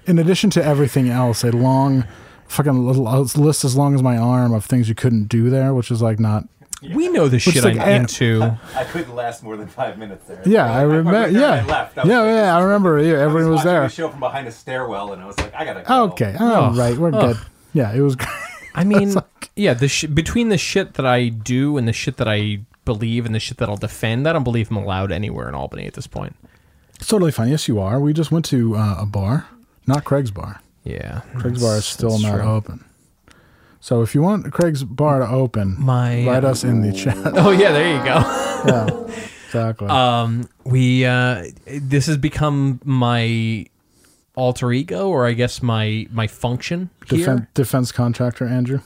A: In addition to everything else, a long fucking little list as long as my arm of things you couldn't do there, which is like not.
B: we know the shit
A: like,
B: I'm
A: eh,
B: into.
C: I couldn't last more than five minutes there.
A: Yeah, I remember.
C: went there and
A: Yeah,
C: I left. I was
A: yeah,
C: like,
A: yeah. I remember. Yeah,
C: I was
A: everyone was
C: watching
A: there.
C: The show from behind a stairwell, and I was like, I gotta go.
A: Okay, all right, we're good. Yeah, it was. great.
B: I mean, yeah, the sh- between the shit that I do and the shit that I believe and the shit that I'll defend, I don't believe I'm allowed anywhere in Albany at this point.
A: It's totally fine. Yes, you are. We just went to uh, a bar, not Craig's bar.
B: Yeah,
A: Craig's bar is still
B: that's
A: not
B: true.
A: open. So if you want Craig's bar to open,
B: My-
A: write us in the chat.
B: Oh yeah, there you go.
A: exactly.
B: We uh, this has become my alter ego, or I guess my my function here.
A: Defen- defense contractor Andrew.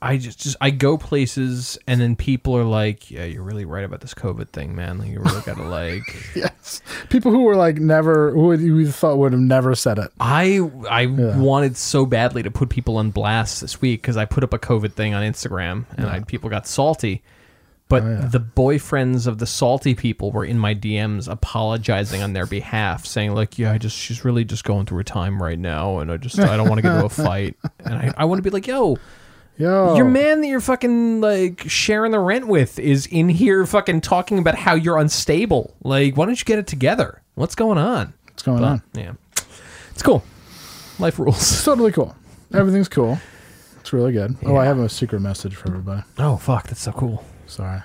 B: I just, just I go places and then people are like, "Yeah, you're really right about this COVID thing, man. Like, you really gotta like."
A: Yes. People who were like never who would- you thought would have never said it.
B: I I wanted so badly to put people on blast this week because I put up a COVID thing on Instagram and I, people got salty. But the boyfriends of the salty people were in my DMs apologizing on their behalf, saying like, "Yeah, I just she's really just going through a time right now, and I just I don't want to get into a fight, and I, I want to be like, yo,
A: Yo.
B: Your man that you're fucking like sharing the rent with is in here fucking talking about how you're unstable. Like, why don't you get it together? What's going on?
A: What's going on?
B: Yeah. It's cool. Life rules.
A: It's totally cool. Everything's cool. It's really good. Oh, I have a secret message for everybody.
B: Oh fuck, that's so cool.
A: Sorry.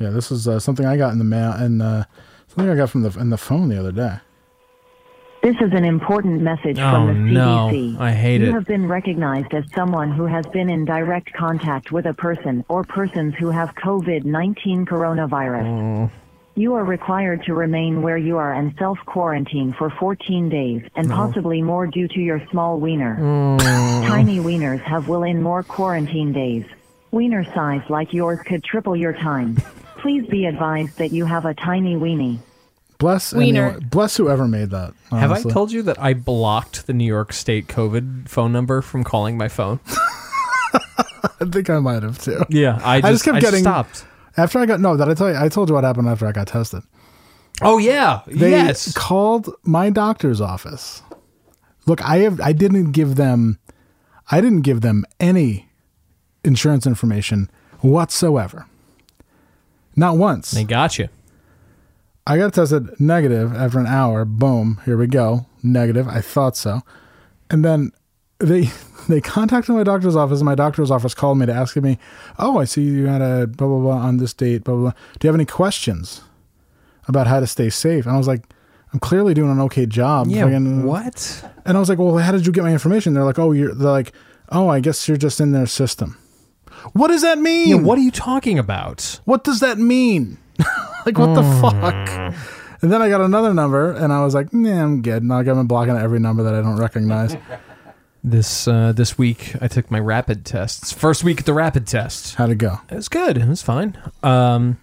A: Yeah, this is uh, something I got in the mail and uh, something I got from the in the phone the other day.
F: This is an important message
B: Oh,
F: from the
B: no.
F: CDC.
B: I hate
F: you
B: it.
F: have been recognized as someone who has been in direct contact with a person or persons who have COVID 19 coronavirus.
B: Oh.
F: You are required to remain where you are and self quarantine for 14 days and possibly more due to your small wiener.
B: Oh.
F: Tiny wieners have will in more quarantine days. Wiener size like yours could triple your time. Please be advised that you have a tiny weenie.
A: Bless
G: Wiener.
A: anyone- bless whoever made that.
B: Have I
A: honestly.
B: told you that I blocked the New York State COVID phone number from calling my phone?
A: I think I might have too.
B: Yeah, I just,
A: just kept getting-
B: stopped.
A: After I got no, that I tell you, I told you what happened after I got tested.
B: Oh yeah,
A: They
B: yes.
A: called my doctor's office. Look, I have I didn't give them I didn't give them any insurance information whatsoever. Not once.
B: they got you.
A: I got tested negative after an hour. Boom, here we go. Negative. I thought so. And then they they contacted my doctor's office and my doctor's office called me to ask me, "Oh, I see you had a blah blah blah on this date, blah blah. blah. Do you have any questions about how to stay safe?" And I was like, "I'm clearly doing an okay job."
B: Yeah.
A: fucking-
B: What?
A: and I was like, "Well, how did you get my information?" They're like, "Oh, you're." They're like, "Oh, I guess you're just in their system." What does that mean?
B: Yeah, what are you talking about?
A: What does that mean? like, what the
B: Hmm.
A: fuck? And then I got another number, and I was like, "Nah, I'm good." And I've been blocking every number that I don't recognize.
B: This uh, this week I took my rapid tests. First week at the rapid test.
A: How'd it go?
B: It was good. It was fine. Um,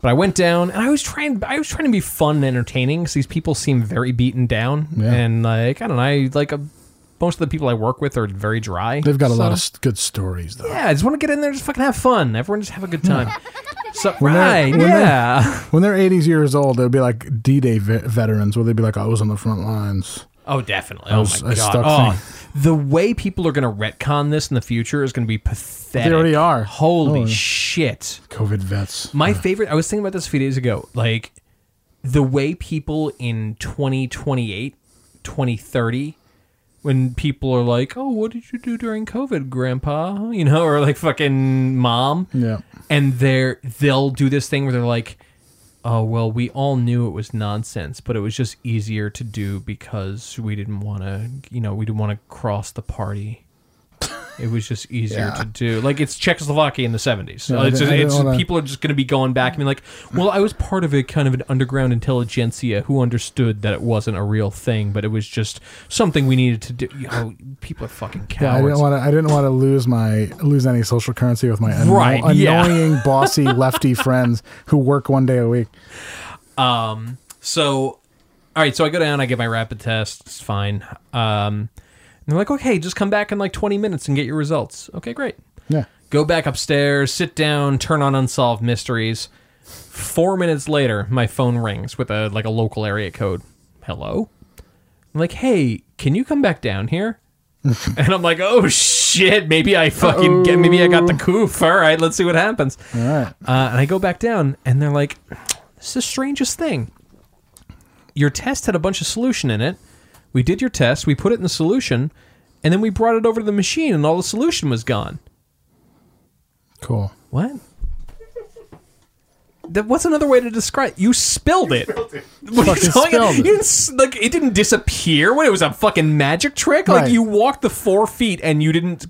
B: but I went down and I was trying. I was trying to be fun and entertaining because these people seem very beaten down
A: Yeah.
B: and like I don't know. I, like uh most of the people I work with are very dry.
A: They've got a lot of
B: So-
A: s- good stories, though.
B: yeah, I just want to get in there, just fucking have fun. Everyone just have a good time. So,
A: they're-
B: right?
A: when they're-
B: yeah.
A: When they're 80s years old, they'll be like D-Day ve- veterans, where they'd be like, "I was on the front lines."
B: Oh, definitely.
A: I
B: Oh
A: was-
B: my
A: I
B: god.
A: stuck
B: Oh, the way people are going to retcon this in the future is going to be pathetic.
A: They already are.
B: Holy
A: Oh, yeah.
B: shit.
A: COVID vets.
B: My favorite. I was thinking about this a few days ago. Like the way people in 2028, 2030, when people are like, "Oh, what did you do during COVID, Grandpa?" You know, or like fucking mom.
A: Yeah.
B: And they're they'll do this thing where they're like, "Oh, well, we all knew it was nonsense, but it was just easier to do because we didn't want to, you know, we didn't want to cross the party." It was just easier
A: Yeah.
B: to do. Like it's Czechoslovakia in the seventies.
A: Yeah, I
B: it's
A: didn't- I didn't
B: it's
A: wanna-
B: people are just going to be going back and being like, "Well, I was part of a kind of an underground intelligentsia who understood that it wasn't a real thing, but it was just something we needed to do." You know, people are fucking
A: Yeah, I
B: cowards.
A: didn't want to. I didn't want to lose my lose any social currency with my anno-
B: Right, yeah.
A: annoying, bossy, lefty friends who work one day a week.
B: So, all right. So I go down. I get my rapid test. It's fine. Um, and they're like, "Okay, just come back in like twenty minutes and get your results." Okay, great.
A: Yeah,
B: Go back upstairs, sit down, turn on Unsolved Mysteries. Four minutes later, my phone rings with a like a local area code. Hello. I'm like, hey, can you come back down here? and I'm like, oh shit, maybe I fucking get, maybe I got the coof. All right, let's see what happens. All
A: right.
B: Uh, and I go back down, and they're like, this is the strangest thing. Your test had a bunch of solution in it. We did your test, we put it in the solution, and then we brought it over to the machine, and all the solution was gone.
A: cool.
B: What? That, what's another way to describe? You spilled it. What are you
A: Fucking
B: talking-
A: spilled
B: you
A: it.
B: didn't s- like it didn't disappear when it was a fucking magic trick. Like
A: Right.
B: you walked the four feet and you didn't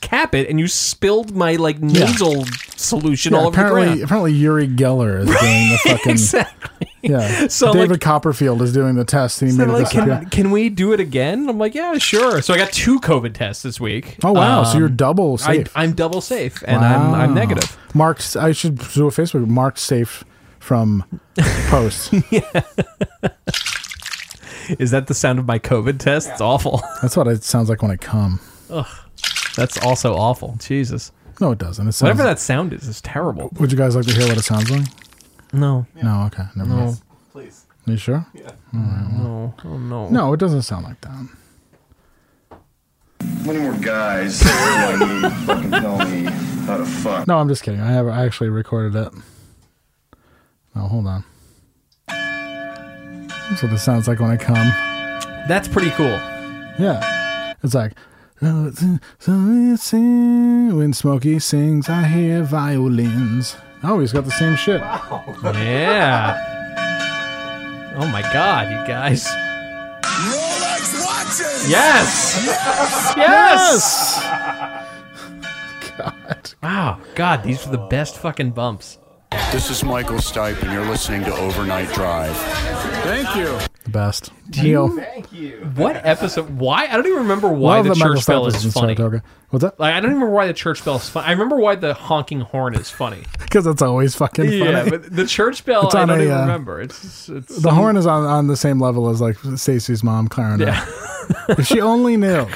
B: cap it, and you spilled my like nasal solution
A: Yeah,
B: all over the
A: apparently,
B: ground.
A: apparently Yuri Geller is doing the fucking.
B: Exactly.
A: Yeah,
B: So,
A: David
B: like-
A: Copperfield is doing the test, and he
B: They're
A: made it
B: like,
A: disappear.
B: can, can we do it again? I'm like, yeah, sure. So I got two COVID tests this week.
A: oh wow! so
B: Um,
A: you're double
B: I,
A: safe.
B: I'm double safe, and I'm,
A: Wow.
B: I'm negative.
A: Marked. I should do a Facebook. Marked safe from post.
B: Is that the sound of my COVID test? It's awful.
A: That's what it sounds like when I come.
B: That's also awful. Jesus.
A: No, it doesn't. It sounds,
B: Whatever that sound is, is terrible.
A: Would you guys like to hear what it sounds like?
B: No.
A: No. Okay. Never mind.
C: Please.
A: Are you sure?
B: No. Oh, no.
A: No, it doesn't sound like that.
E: How many more guys do I need to fucking tell me how to fuck?
A: No, I'm just kidding. I have I actually recorded it. Oh, hold on. That's what it sounds like when I come.
B: That's pretty cool.
A: Yeah. It's like "Oh, it's- so it's in- when Smokey sings, I hear violins. Oh, he's got the same shit.
B: Yeah. Oh my god, you guys. Yes! Yes!
A: God.
B: Wow. God, these are the best fucking bumps.
G: This is Michael Stipe, and you're listening to Overnight Drive.
A: Thank you. The best. Neil.
C: Thank you.
B: What episode? Why? I don't even remember why
A: Love
B: the
A: that Michael
B: church bell
A: Stipe
B: is
A: in
B: funny.
A: Saratoga. What's that?
B: Like, I don't even remember why the church bell is funny. I remember why the honking horn is funny.
A: Because it's always fucking funny.
B: Yeah, but the church bell,
A: It's
B: I
A: on
B: don't
A: a,
B: even
A: uh,
B: remember. It's, it's
A: the horn is on, on the same level as like Stacy's mom, clarinet.
B: Yeah.
A: If she only knew.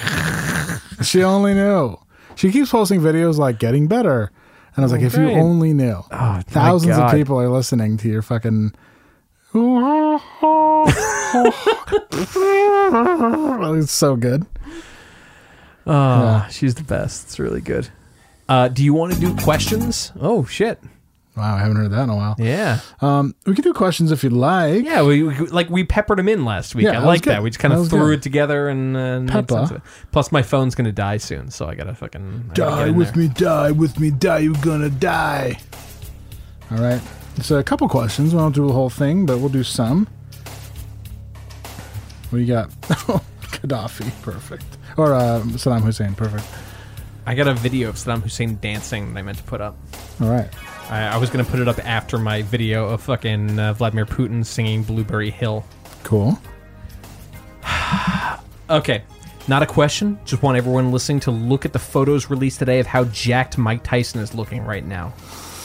A: If she only knew. She keeps posting videos like getting better. And I was like, if you
B: Oh, great. Oh,
A: only knew.
B: my
A: Thousands of
B: God.
A: people are listening to your fucking. it's so good.
B: Ah, she's the best. It's really good. Uh, do you want to do questions? Oh shit!
A: Wow, I haven't heard that in a while.
B: Yeah,
A: Um, we could do questions if you'd like.
B: yeah. We, we like we peppered them in last week.
A: Yeah, that
B: I
A: was
B: like
A: good.
B: that. We just kind
A: That
B: of
A: was
B: threw
A: good.
B: it together and uh, made
A: Pepper.
B: sense of it. Plus, my phone's gonna die soon, so I gotta fucking I gotta get
A: Die
B: in
A: with
B: there.
A: me, die with me, die. You're gonna die. All right. So a couple questions. We won't do the whole thing, but we'll do some. We got Oh, Gaddafi, perfect, or uh, Saddam Hussein, perfect.
B: I got a video of Saddam Hussein dancing that I meant to put up.
A: All right.
B: I, I was gonna put it up after my video of fucking uh, Vladimir Putin singing Blueberry Hill.
A: Cool.
B: Okay. Not a question. Just want everyone listening to look at the photos released today of how jacked Mike Tyson is looking right now.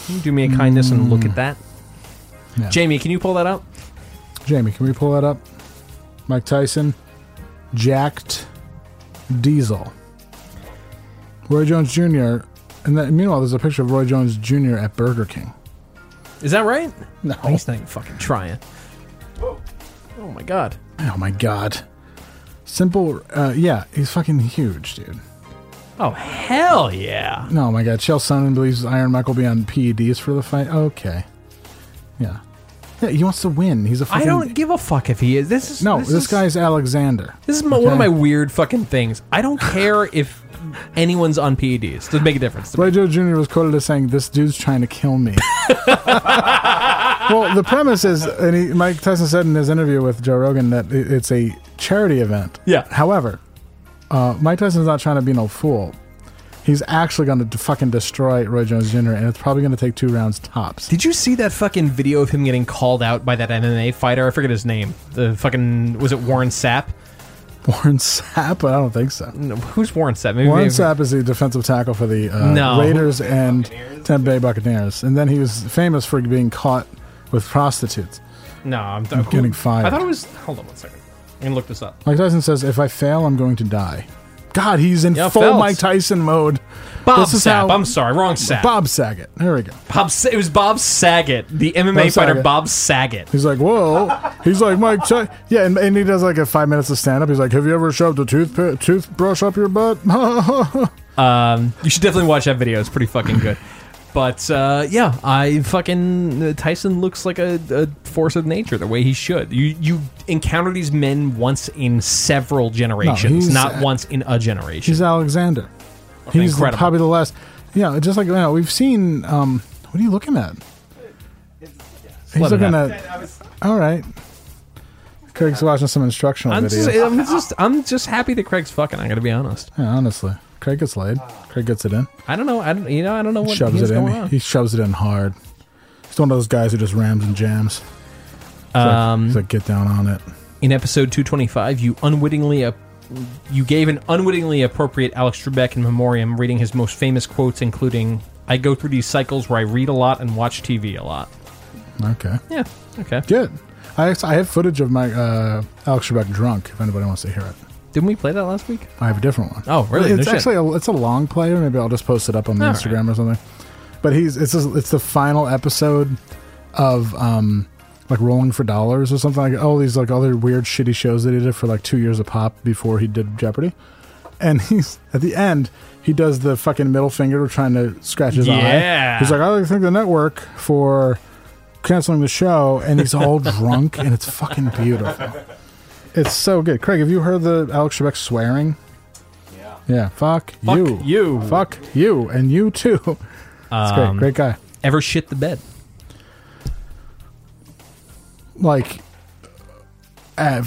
B: Can you do me a kindness and look at that?
A: Mm. Yeah.
B: Jamie, can you pull that up?
A: Jamie, can we pull that up? Mike Tyson, jacked Diesel. Roy Jones Jr. And then, meanwhile, there's a picture of Roy Jones Jr. at Burger King.
B: Is that right?
A: No.
B: He's not even fucking trying. Oh my god.
A: Oh my god. Simple. Uh, yeah, he's fucking huge, dude.
B: Oh hell yeah.
A: No, my god. Chael Sonnen believes Iron Mike will be on PEDs for the fight. Okay. Yeah. Yeah, he wants to win. He's a fucking.
B: I don't give a fuck if he is. This is
A: No, this,
B: is,
A: guy's Alexander.
B: This is my, one of
A: Okay.
B: my weird fucking things. I don't care if anyone's on PEDs. Doesn't make a difference. to me.
A: Roy Joe Jr. was quoted as saying, "This dude's trying to kill me." well, the premise is, and he, Mike Tyson said in his interview with Joe Rogan that it- it's a charity event.
B: Yeah.
A: However, uh, Mike Tyson's not trying to be no fool. He's actually going to fucking destroy Roy Jones Jr. and it's probably going to take two rounds tops.
B: Did you see that fucking video of him getting called out by that MMA fighter? I forget his name. The fucking was it Warren Sapp?
A: Warren Sapp, but I don't think so.
B: No, who's Warren Sapp? Maybe,
A: Warren
B: maybe-
A: Sapp is the defensive tackle for the uh,
B: No.
A: Raiders and Tampa Bay Buccaneers, and then he was famous for being caught with prostitutes.
B: No, I'm, I'm
A: getting fired.
B: I thought it was. Hold on one second. I'm gonna look this up.
A: Mike Tyson says, "If I fail, I'm going to die." God, he's in
B: Yeah,
A: full
B: Phelps.
A: Mike Tyson mode.
B: Bob
A: This is
B: Sapp.
A: how-
B: I'm sorry, wrong Sapp.
A: Bob Saget. There we go.
B: Bob Sa- it was Bob Saget, the MMA
A: Bob
B: fighter
A: Saget.
B: Bob Saget.
A: He's like, "Whoa!" he's like, "Mike Ty-. Yeah, and, and he does like a five minutes of stand up. He's like, "Have you ever shoved a toothp- toothbrush up your butt?"
B: Um, you should definitely watch that video. It's pretty fucking good. But uh, yeah, I fucking uh, Tyson looks like a, a force of nature the way he should. You you encounter these men once in several generations,
A: he's-
B: not once in a generation.
A: He's Alexander. He's the-
B: Incredible.
A: probably the last. Yeah, just like you know, we've seen. Um, what are you looking at? He's
B: Let it
A: looking at. All right. Craig's watching some instructional
B: I'm
A: videos.
B: just, I'm just I'm just happy that Craig's fucking. I'm gonna be honest.
A: yeah, honestly, Craig gets laid. Craig gets it in.
B: I don't know. I don't, you know I don't know what
A: shoves
B: is
A: it
B: going
A: in.
B: on.
A: He shoves it in hard. He's one of those guys who just rams and jams. He's like-
B: Um,
A: he's like, get down on it.
B: in episode 225 you unwittingly ap- you gave an unwittingly appropriate Alex Trebek in memoriam reading his most famous quotes including I go through these cycles where I read a lot and watch TV a lot.
A: Okay.
B: Yeah. Okay.
A: Good. I, act- I have footage of my uh, Alex Trebek drunk. If anybody wants to hear it,
B: Didn't we play that last week?
A: I have a different one.
B: Oh, really?
A: It's
B: No shit.
A: actually a, it's a long play. Or maybe I'll just post it up on the
B: All right.
A: Instagram or something. But he's it's just, it's the final episode of um like Rolling for Dollars or something like all these like other weird shitty shows that he did for like two years a pop before he did Jeopardy. And he's at the end, he does the fucking middle finger trying to scratch his
B: Yeah.
A: eye. He's like, I thank the network for canceling the show, and he's all drunk, and it's fucking beautiful. It's so good. Craig, have you heard the Alex Trebek swearing? Yeah. Yeah. Fuck,
B: Fuck
A: you.
B: you.
A: Fuck you, and you too. It's
B: Um,
A: great. Great guy.
B: Ever shit the bed?
A: Like, I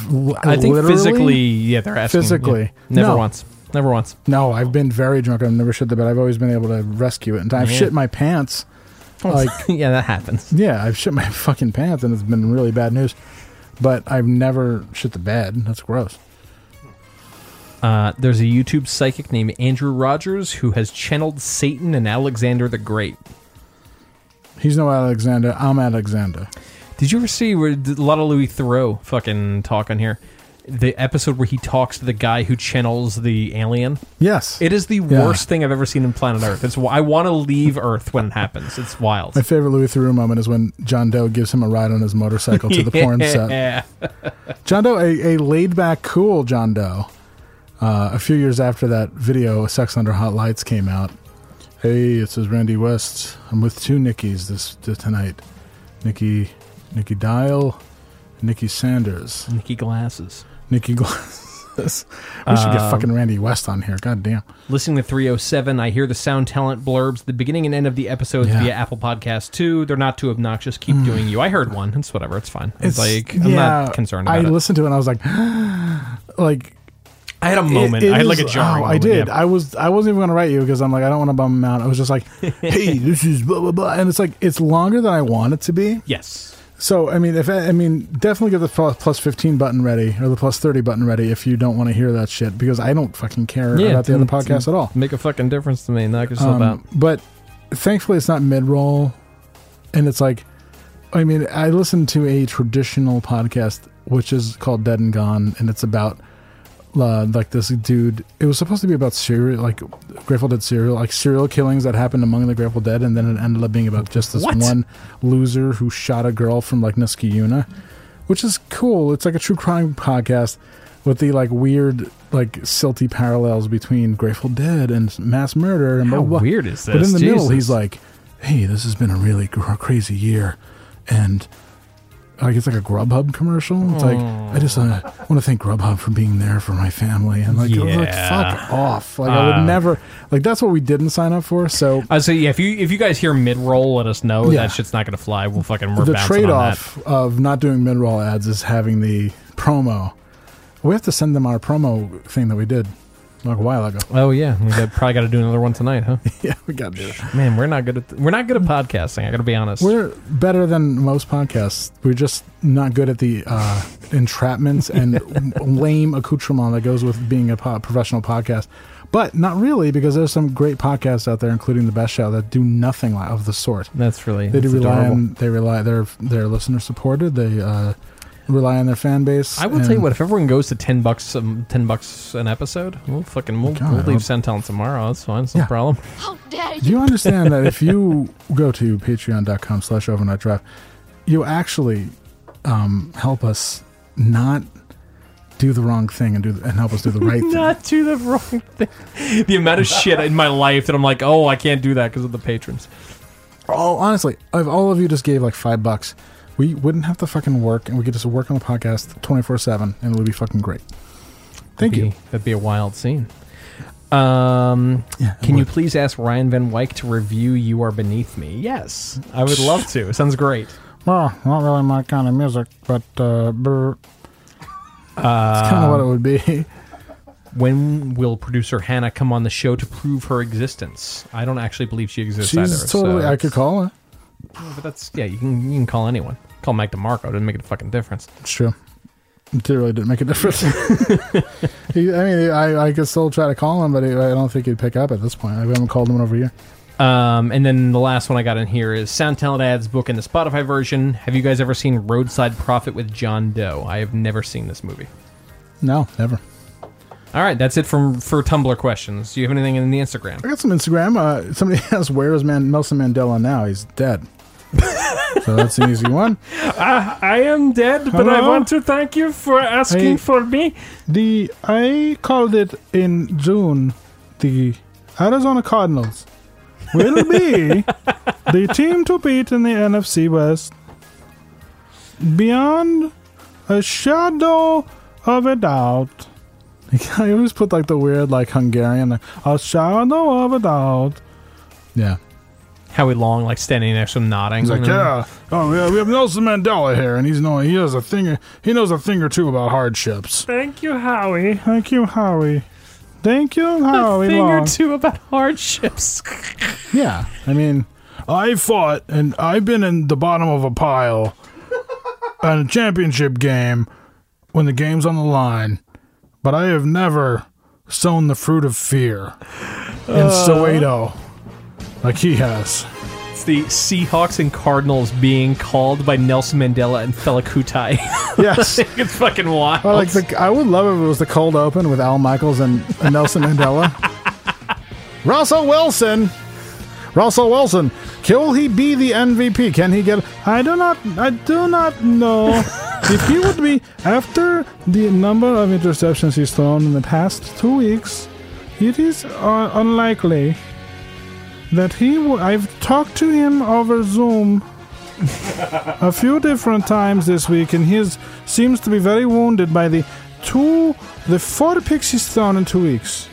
B: I think physically, yeah, they're asking. yeah.
A: Oh, Physically.
B: Never
A: No.
B: once. Never once.
A: No, I've been very drunk. I've never shit the bed. I've always been able to rescue it. And I've
B: Yeah. Oh.
A: shit my pants. Like,
B: yeah, that happens.
A: yeah, I've shit my fucking pants, and it's been really bad news. But I've never shit the bed. That's gross.
B: Uh, there's a YouTube psychic named Andrew Rogers who has channeled Satan and Alexander the Great.
A: He's no Alexander. I'm Alexander.
B: Did you ever see where did a lot of Louis Thoreau fucking talk on here? The episode where he talks to the guy who channels the alien.
A: Yes.
B: It is the
A: Yeah.
B: worst thing I've ever seen in planet Earth. It's why I want to leave Earth when it happens. It's wild.
A: My favorite Louis Theroux moment is when John Doe gives him a ride on his motorcycle to the porn set.
B: Yeah.
A: John Doe, a, a laid back, cool John Doe. Uh, a few years after that video, Sex Under Hot Lights came out. Hey, it says Randy West. I'm with two Nickies this, this tonight. Nikki, Nikki Dial, Nikki Sanders,
B: Mickey glasses.
A: Nikki Glasses. We should
B: Um,
A: get fucking Randy West on here. God damn.
B: Listening to 307, I hear the sound talent blurbs the beginning and end of the episodes
A: Yeah. Mm.
B: via Apple Podcast too. They're not too obnoxious. Keep doing you. I heard one. It's whatever. It's fine. It's, like I'm not concerned about
A: I
B: it.
A: listened to it and I was like, like
B: I had a
A: It-
B: moment.
A: it
B: I had like a
A: is-
B: jarring.
A: Oh, I
B: moment,
A: did.
B: yeah.
A: I was. I wasn't even gonna write you because I'm like I don't want to bum him out. I was just like, hey, this is blah blah blah, and it's like it's longer than I want it to be.
B: yes.
A: So I mean, if I, I mean, definitely get the plus plus fifteen button ready or the plus thirty button ready if you don't want to hear that shit because I don't fucking care about the other
B: didn't-
A: podcast at all.
B: Make a fucking difference to me. Knock yourself out.
A: Um, but thankfully, it's not mid roll, and it's like, I mean, I listened to a traditional podcast which is called Dead and Gone, and it's about uh, like this dude. It was supposed to be about serial, like Grateful Dead serial, like serial killings that happened among the Grateful Dead, and then it ended up being about just this
B: What?
A: one loser who shot a girl from like Niskayuna, which is cool. It's like a true crime podcast with the like weird, like silty parallels between Grateful Dead and mass murder and
B: How
A: blah, blah, blah.
B: weird is
A: But
B: this?
A: in the middle,
B: Jesus.
A: he's like, "Hey, this has been a really gr- crazy year," and like it's like a Grubhub commercial. It's like I just uh, want to thank Grubhub for being there for my family, and like, I was like
B: Yeah. Um,
A: fuck off. Like I would never. Like that's what we didn't sign up for. So
B: Uh, so yeah, if you if you guys hear mid roll, let us know.
A: Yeah.
B: That shit's not gonna fly. We'll fucking we're
A: the
B: bouncing
A: trade
B: on that.
A: off of not doing mid roll ads is having the promo. We have to send them our promo thing that we did. Like a while ago.
B: Oh yeah, we got, probably got to do another one tonight, huh?
A: yeah, we got to do that.
B: Man, we're not good at we're not good at podcasting. I got to be honest.
A: We're better than most podcasts. We're just not good at the uh, entrapments and lame accoutrement that goes with being a po- professional podcast. But not really, because there's some great podcasts out there, including the Best Show, that do nothing li- of the sort.
B: that's really
A: They do
B: that's
A: rely
B: adorable.
A: on they rely they're they're listener supported. They uh, rely on their fan base.
B: I will
A: and-
B: tell you what. If everyone goes to ten bucks, um, ten bucks an episode, we'll fucking we'll,
A: Oh God,
B: we'll leave
A: I'll-
B: Centon tomorrow. That's fine. It's no
A: Yeah.
B: problem.
A: Do you understand that if you go to patreon.com slash overnight drive, you actually um, help us not do the wrong thing and do and help us do the right thing.
B: Not do the wrong thing. The amount of shit in my life that I'm like, oh, I can't do that because of the patrons.
A: All, honestly, if all of you just gave like five bucks, we wouldn't have to fucking work and we could just work on the podcast 24 7 and it would be fucking great. Thank
B: That'd
A: you.
B: be- That'd be a wild scene. Um,
A: Yeah, it
B: can you
A: would.
B: please ask Ryan Van Wyk to review "You Are Beneath Me"? Yes, I would love to. Sounds great.
A: Well, not really my kind of music, but uh, brr. That's kind of what it would be.
B: When will producer Hannah come on the show to prove her existence? I don't actually believe she exists either.
A: She's
B: so
A: totally. I
B: that's-
A: could call her.
B: but that's yeah. You can you can call anyone. Call Mike DeMarco. Doesn't make a fucking difference.
A: It's true. It did- really didn't make a difference. He- I mean, I, I could still try to call him, but I I don't think he'd pick up at this point. I haven't called him in over a year.
B: Um, and then the last one I got in here is Sound Talent Ads book in the Spotify version. Have you guys ever seen Roadside Profit with John Doe? I have never seen this movie.
A: No, never.
B: All right, that's it from for Tumblr questions. Do you have anything in the
A: I
B: Instagram?
A: got some Instagram. Uh, somebody asked, "Where is Man- Nelson Mandela now? He's dead." so that's an easy one.
B: I am dead, but
A: I want
B: to thank you for asking
A: Hey.
B: for me.
A: The I called it in June. The Arizona Cardinals will be the team to beat in the NFC West. Beyond a shadow of a doubt. I always put like the weird like Hungarian like, a shadow of a doubt. Yeah.
B: Howie Long, like standing next to him, nodding. Mm-hmm.
A: He's like, yeah, oh yeah, we have Nelson Mandela here, and he's knowing he has a thing, he knows a thing or two about hardships.
B: Thank you, Howie.
A: Thank you, Howie. Thank you, Howie. Long.
B: two about hardships.
A: Yeah, I mean, I fought and I've been in the bottom of a pile on a championship game when the game's on the line, but I have never sown the fruit of fear in Soweto like he has.
B: It's the Seahawks and Cardinals being called by Nelson Mandela and Fela Kuti.
A: Yes.
B: it's fucking wild.
A: Well, like the, I would love if it was the cold open with Al Michaels and Nelson Mandela. Russell Wilson, Russell Wilson, will he be the MVP? Can he get? I do not, I do not know if he would be after the number of interceptions he's thrown in the past two weeks. It is uh, unlikely that he. W- I've talked to him over Zoom a few different times this week, and he is, seems to be very wounded by the two, the four picks he's thrown in two weeks.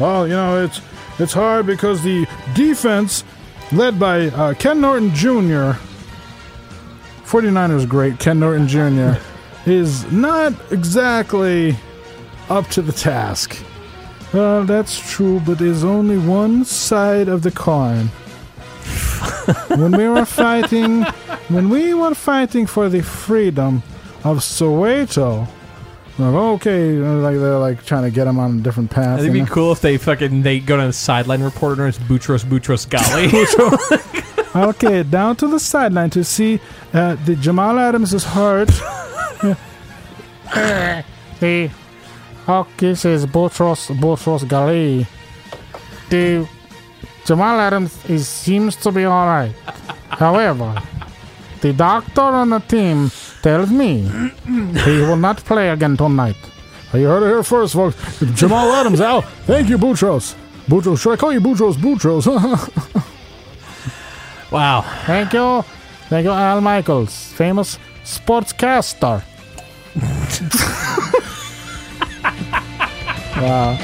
A: Well, you know it's it's hard because the defense, led by uh, Ken Norton Jr. 49ers great Ken Norton Jr. is not exactly up to the task. Well, that's true, but there's only one side of the coin. when we were fighting when we were fighting for the freedom of Soweto, like okay, like they're like trying to get him on a different path.
B: I think
A: you
B: it'd be
A: know?
B: cool if they fucking they go to the sideline reporter and it's Boutros Boutros Ghali.
A: okay, down to the sideline to see uh, the Jamal Adams is hurt. the okay, this is Botros Botros Gali. The Jamal Adams is seems to be all right. However, the doctor on the team tells me he will not play again tonight. You heard it here first, folks. Jamal Adams out. Thank you, Boutros. Boutros, should I call you Boutros? Boutros.
B: wow.
A: Thank you. Thank you, Al Michaels, famous sportscaster. wow.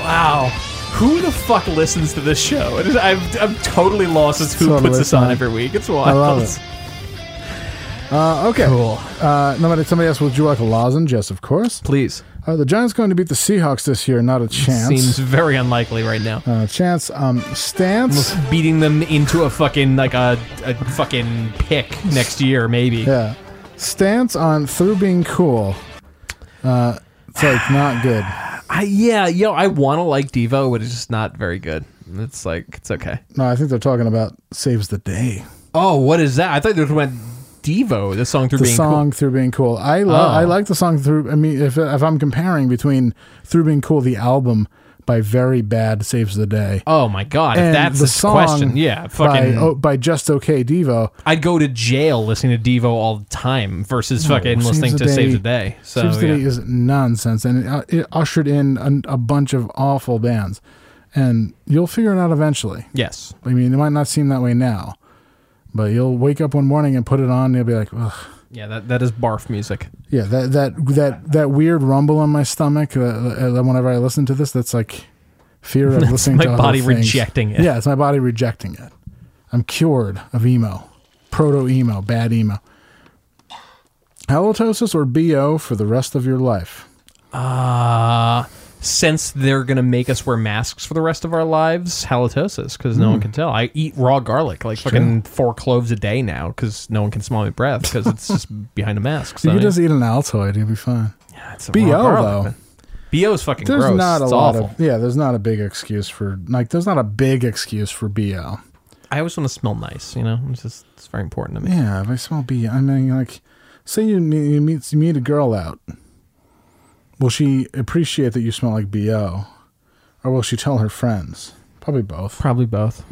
B: Wow. Who the fuck listens to this show? It is, I've, I'm totally lost as who
A: Totally
B: puts this on
A: fine.
B: every week. It's wild.
A: love it. Uh, okay. Cool. Uh, nobody, somebody else. Would you like a lozenge? Yes, of course.
B: Please.
A: Are the Giants going to beat the Seahawks this year? Not a chance.
B: Seems very unlikely right now.
A: uh, chance. Um, stance.
B: Beating them into a fucking like a, a fucking pick next year, maybe.
A: Yeah. Stance on through being cool. Uh, it's like not good.
B: I yeah, you know, I want to like Devo, but it's just not very good. It's like it's okay.
A: No, I think they're talking about saves the day.
B: Oh, what is that? I thought they went Devo, the song through
A: The
B: being
A: song through being cool. I lo-
B: Oh.
A: I like the song through. I mean, if if I'm comparing between through being cool, the album by Very Bad saves the day.
B: cool. Oh my god, if that's the question. Yeah, fucking.
A: by, oh, by Just Okay Devo.
B: I'd go to jail listening to Devo all the time versus fucking
A: Saves
B: listening
A: the
B: to
A: Day-
B: Save the Day. So
A: Saves the
B: yeah.
A: Day is nonsense, and it, uh, it ushered in a, a bunch of awful bands. And you'll figure it out eventually.
B: yes,
A: I mean, it might not seem that way now, but you'll wake up one morning and put it on, and you'll be like, Ugh.
B: yeah, that that is barf music.
A: yeah, that that that that weird rumble in my stomach. Uh, uh, whenever I listen to this, that's like fear of listening.
B: my
A: to other
B: body
A: things.
B: rejecting it.
A: Yeah, it's my body rejecting it. I'm cured of emo, proto emo, bad emo. Halitosis or BO for the rest of your life.
B: Uh since they're gonna make us wear masks for the rest of our lives, halitosis because no
A: Hmm.
B: one can tell. I eat raw garlic like fucking four cloves a day now because no one can smell my breath because it's just behind a mask.
A: If
B: So
A: you just eat an Altoid, you'll be fine.
B: yeah, it's a
A: BO
B: raw garlic,
A: though.
B: man. BO is fucking
A: There's
B: gross.
A: not a
B: it's
A: lot
B: awful.
A: of yeah. There's not a big excuse for like. There's not a big excuse for BO.
B: I always want to smell nice. You know, it's just it's very important to me.
A: Yeah, if I smell bee, I mean, like, say you meet you meet, you meet a girl out. Will she appreciate that you smell like bo, or will she tell her friends? Probably both.
B: Probably both.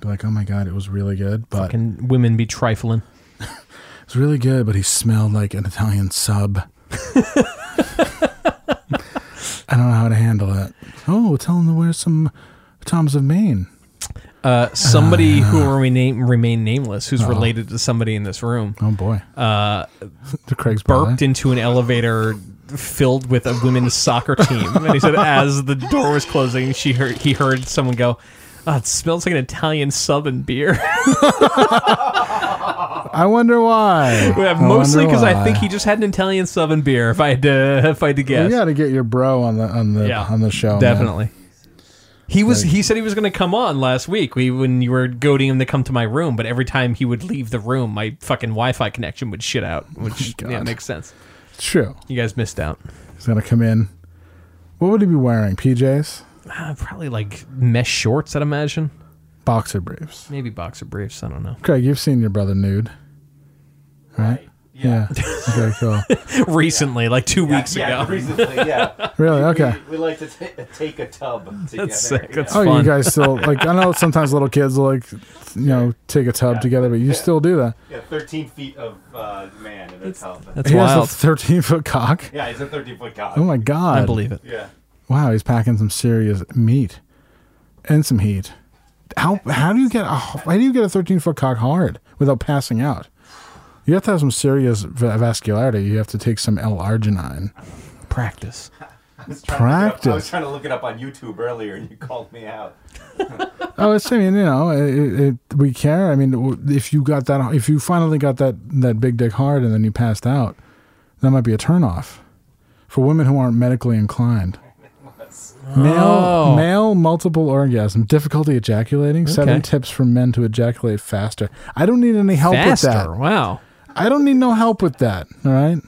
A: Be like, oh my god, it was really good, but
B: Can women be trifling?
A: it's really good, but he smelled like an Italian sub. I don't know how to handle it. Oh, tell him to wear some Toms of Maine.
B: Uh, somebody who
A: Ah.
B: will remain remain nameless, who's related to somebody in this room,
A: Oh boy,
B: uh,
A: the Craig's
B: burped
A: brother.
B: into an elevator filled with a women's soccer team. And he said, as the door was closing, she heard he heard someone go, oh, "It smells like an Italian sub and beer."
A: I wonder why.
B: Yeah,
A: I
B: Mostly
A: wonder
B: because I
A: why.
B: think he just had an Italian sub and beer. If I had to, if I had to guess,
A: You got to get your bro on the on the
B: Yeah,
A: on the show. man.
B: definitely. He was. He said he was going to come on last week. We when you were goading him to come to my room, but every time he would leave the room, my fucking Wi-Fi connection would shit out, which
A: Oh God.
B: yeah, makes sense.
A: True.
B: You guys missed out.
A: He's gonna come in. What would he be wearing? PJs,
B: Uh, probably like mesh shorts, I'd imagine.
A: boxer briefs.
B: Maybe boxer briefs. I don't know.
A: Craig, you've seen your brother nude, right? Yeah. okay. Cool.
B: Recently, like two weeks
C: yeah,
B: ago.
C: recently, yeah.
A: Really? Oh, Okay.
C: We, we like to t- take a tub together.
B: sick. That's
C: yeah.
A: Oh,
B: Fun.
A: you guys still like? I know sometimes little kids will like, you know, take a tub together, but you still do that.
C: yeah, 13 feet of uh, man in a tub.
B: That's
A: he
B: wild.
A: has a thirteen foot cock.
C: yeah, he's a 13 foot guy.
A: Oh my god!
B: I believe it.
C: Yeah.
A: Wow, he's packing some serious meat and some heat. How how do you get a how do you get a thirteen foot cock hard without passing out? You have to have some serious va- vascularity. You have to take some L-arginine.
B: Practice.
C: I was trying to look it up- I
A: Practice.
C: was trying to look it up on YouTube earlier, and you called me out.
A: Oh, it's I mean you know it, it, it, we care. I mean w- if you got that if you finally got that that big dick hard and then you passed out, that might be a turnoff for women who aren't medically inclined. Male,
B: Oh.
A: male multiple orgasm, difficulty ejaculating. Seven
B: Okay.
A: tips for men to ejaculate faster. I don't need any help
B: Faster.
A: with that.
B: Wow.
A: I don't need no help with that. All right.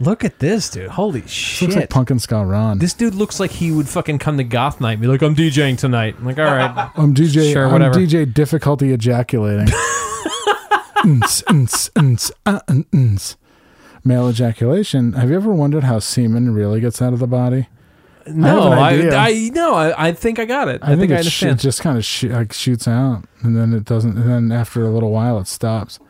B: Look at this dude. Holy
A: Looks like
B: shit.
A: Pumpkin Scott Ron.
B: this dude looks like he would fucking come to goth night and be like, I'm DJing tonight. I'm like, all right.
A: I'm DJ.
B: Sure,
A: I'm
B: whatever.
A: DJ difficulty ejaculating. Nts, nts, nts, uh, n- nts. Male ejaculation. Have you ever wondered how semen really gets out of the body?
B: No,
A: an
B: I,
A: idea.
B: I, no, I, I think I got it. I, think, I
A: it, sh-
B: understand.
A: it just kind of sh- like shoots out, and then it doesn't. And then after a little while, it stops.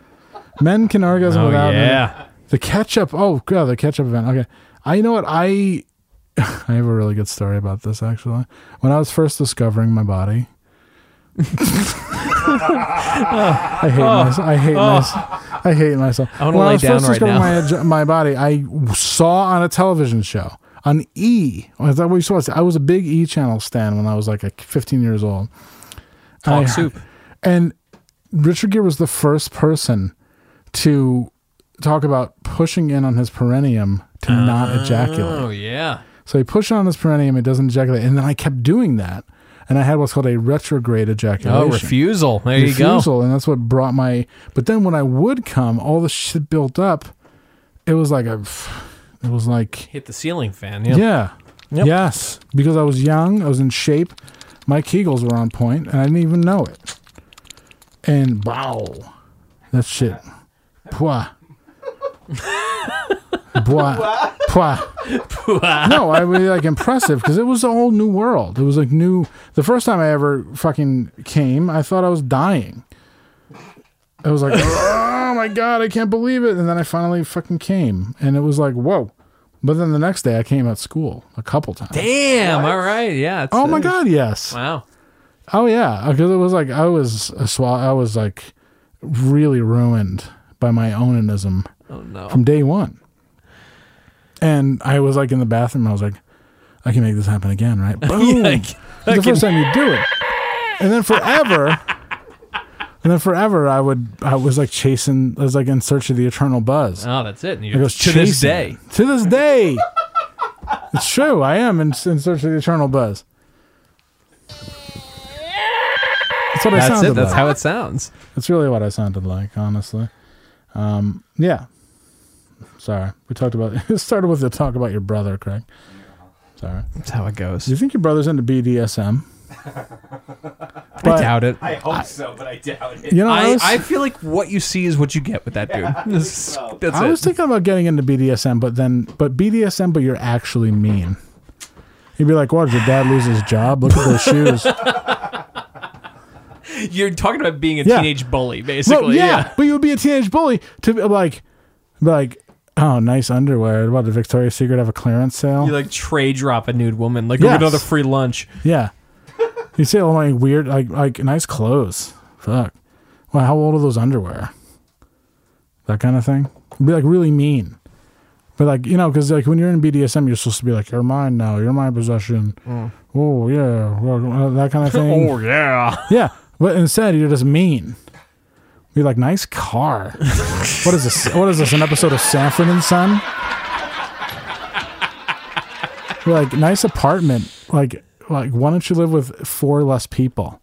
A: Men can orgasm
B: oh,
A: without.
B: yeah.
A: The catch up. Oh god, the catch up event. Okay, I you know what I. I have a really good story about this actually. When I was first discovering my body, I hate myself. I hate myself. I hate myself.
B: Oh. I wanna
A: when
B: lay
A: I was
B: down
A: first
B: right now.
A: discovering my, my body, I saw on a television show on E. Is that what you saw? I was a big E channel stan when I was like a 15 years old.
B: Talk
A: I-
B: soup.
A: and Richard Gere was the first person to talk about pushing in on his perineum to not ejaculate.
B: Oh, yeah.
A: So I pushed on this perineum, it doesn't ejaculate. And then I kept doing that. And I had what's called a retrograde
B: Oh,
A: ejaculation.
B: refusal. There you go.
A: refusal, and that's what brought my. But then when I would come, all the shit built up. It was like a, it was like
B: Hit the ceiling fan. Yeah.
A: yeah,
B: Yep.
A: yes, because I was young, I was in shape, my kegels were on point, and I didn't even know it. And wow, that shit, pwah, pwah, pwah. No, I was like impressive because it was a whole new world. It was like new. The first time I ever fucking came, I thought I was dying. I was like, oh my god, I can't believe it. And then I finally fucking came, and it was like, whoa. But then the next day, I came at school a couple times.
B: Damn. All right. Yeah. it's- uh,
A: Oh my god, yes.
B: Wow.
A: Oh yeah, because it was like I was a swa- I was like really ruined by my onanism
B: Oh no.
A: from day one. And I was like in the bathroom. I was like, I can make this happen again, right? Boom!
B: I
A: It's
B: can-
A: the first time you do it, and then forever, and then forever, I would I was like chasing. I was like in search of the eternal buzz.
B: Oh, that's it. And
A: I
B: you're
A: goes
B: to this
A: chasing
B: day.
A: it. To this day. it's true. I am in, in search of the eternal buzz. That's what I
B: That's
A: sounded
B: it. That's
A: like.
B: how it sounds.
A: That's really what I sounded like, honestly. Um, yeah. Sorry. We talked about it started with the talk about your brother, Craig. Sorry.
B: That's how it goes.
A: Do you think your brother's into BDSM?
B: I doubt it.
C: I hope so, but I doubt it.
A: You know, I,
B: I,
A: was,
B: I feel like what you see is what you get with that dude. That's, that's
A: I
B: it.
A: was thinking about getting into BDSM, but then, but BDSM, but you're actually mean. You'd be like, "What? Did your dad lose his job? Look at those shoes."
B: You're talking about being a
A: Yeah.
B: teenage bully,
A: Well,
B: basically.
A: but you would be a teenage bully to be like, be like, oh, nice underwear. What did Victoria's Secret have a clearance sale?
B: You like tray drop a nude woman, like
A: Yes.
B: "Ooh, another free lunch.
A: yeah, you see all my weird, like, like nice clothes. Fuck. Well, how old are those underwear? That kind of thing. Be like really mean, but like you know, because like when you're in BDSM, you're supposed to be like, you're mine now, you're my possession.
B: Mm.
A: Oh yeah, well, uh, that kind of thing.
B: yeah.
A: Yeah, but instead you're just mean. You're like, nice car. what is this? What is this? An episode of Sanford and Son? You're like, nice apartment. Like, like why don't you live with four less people?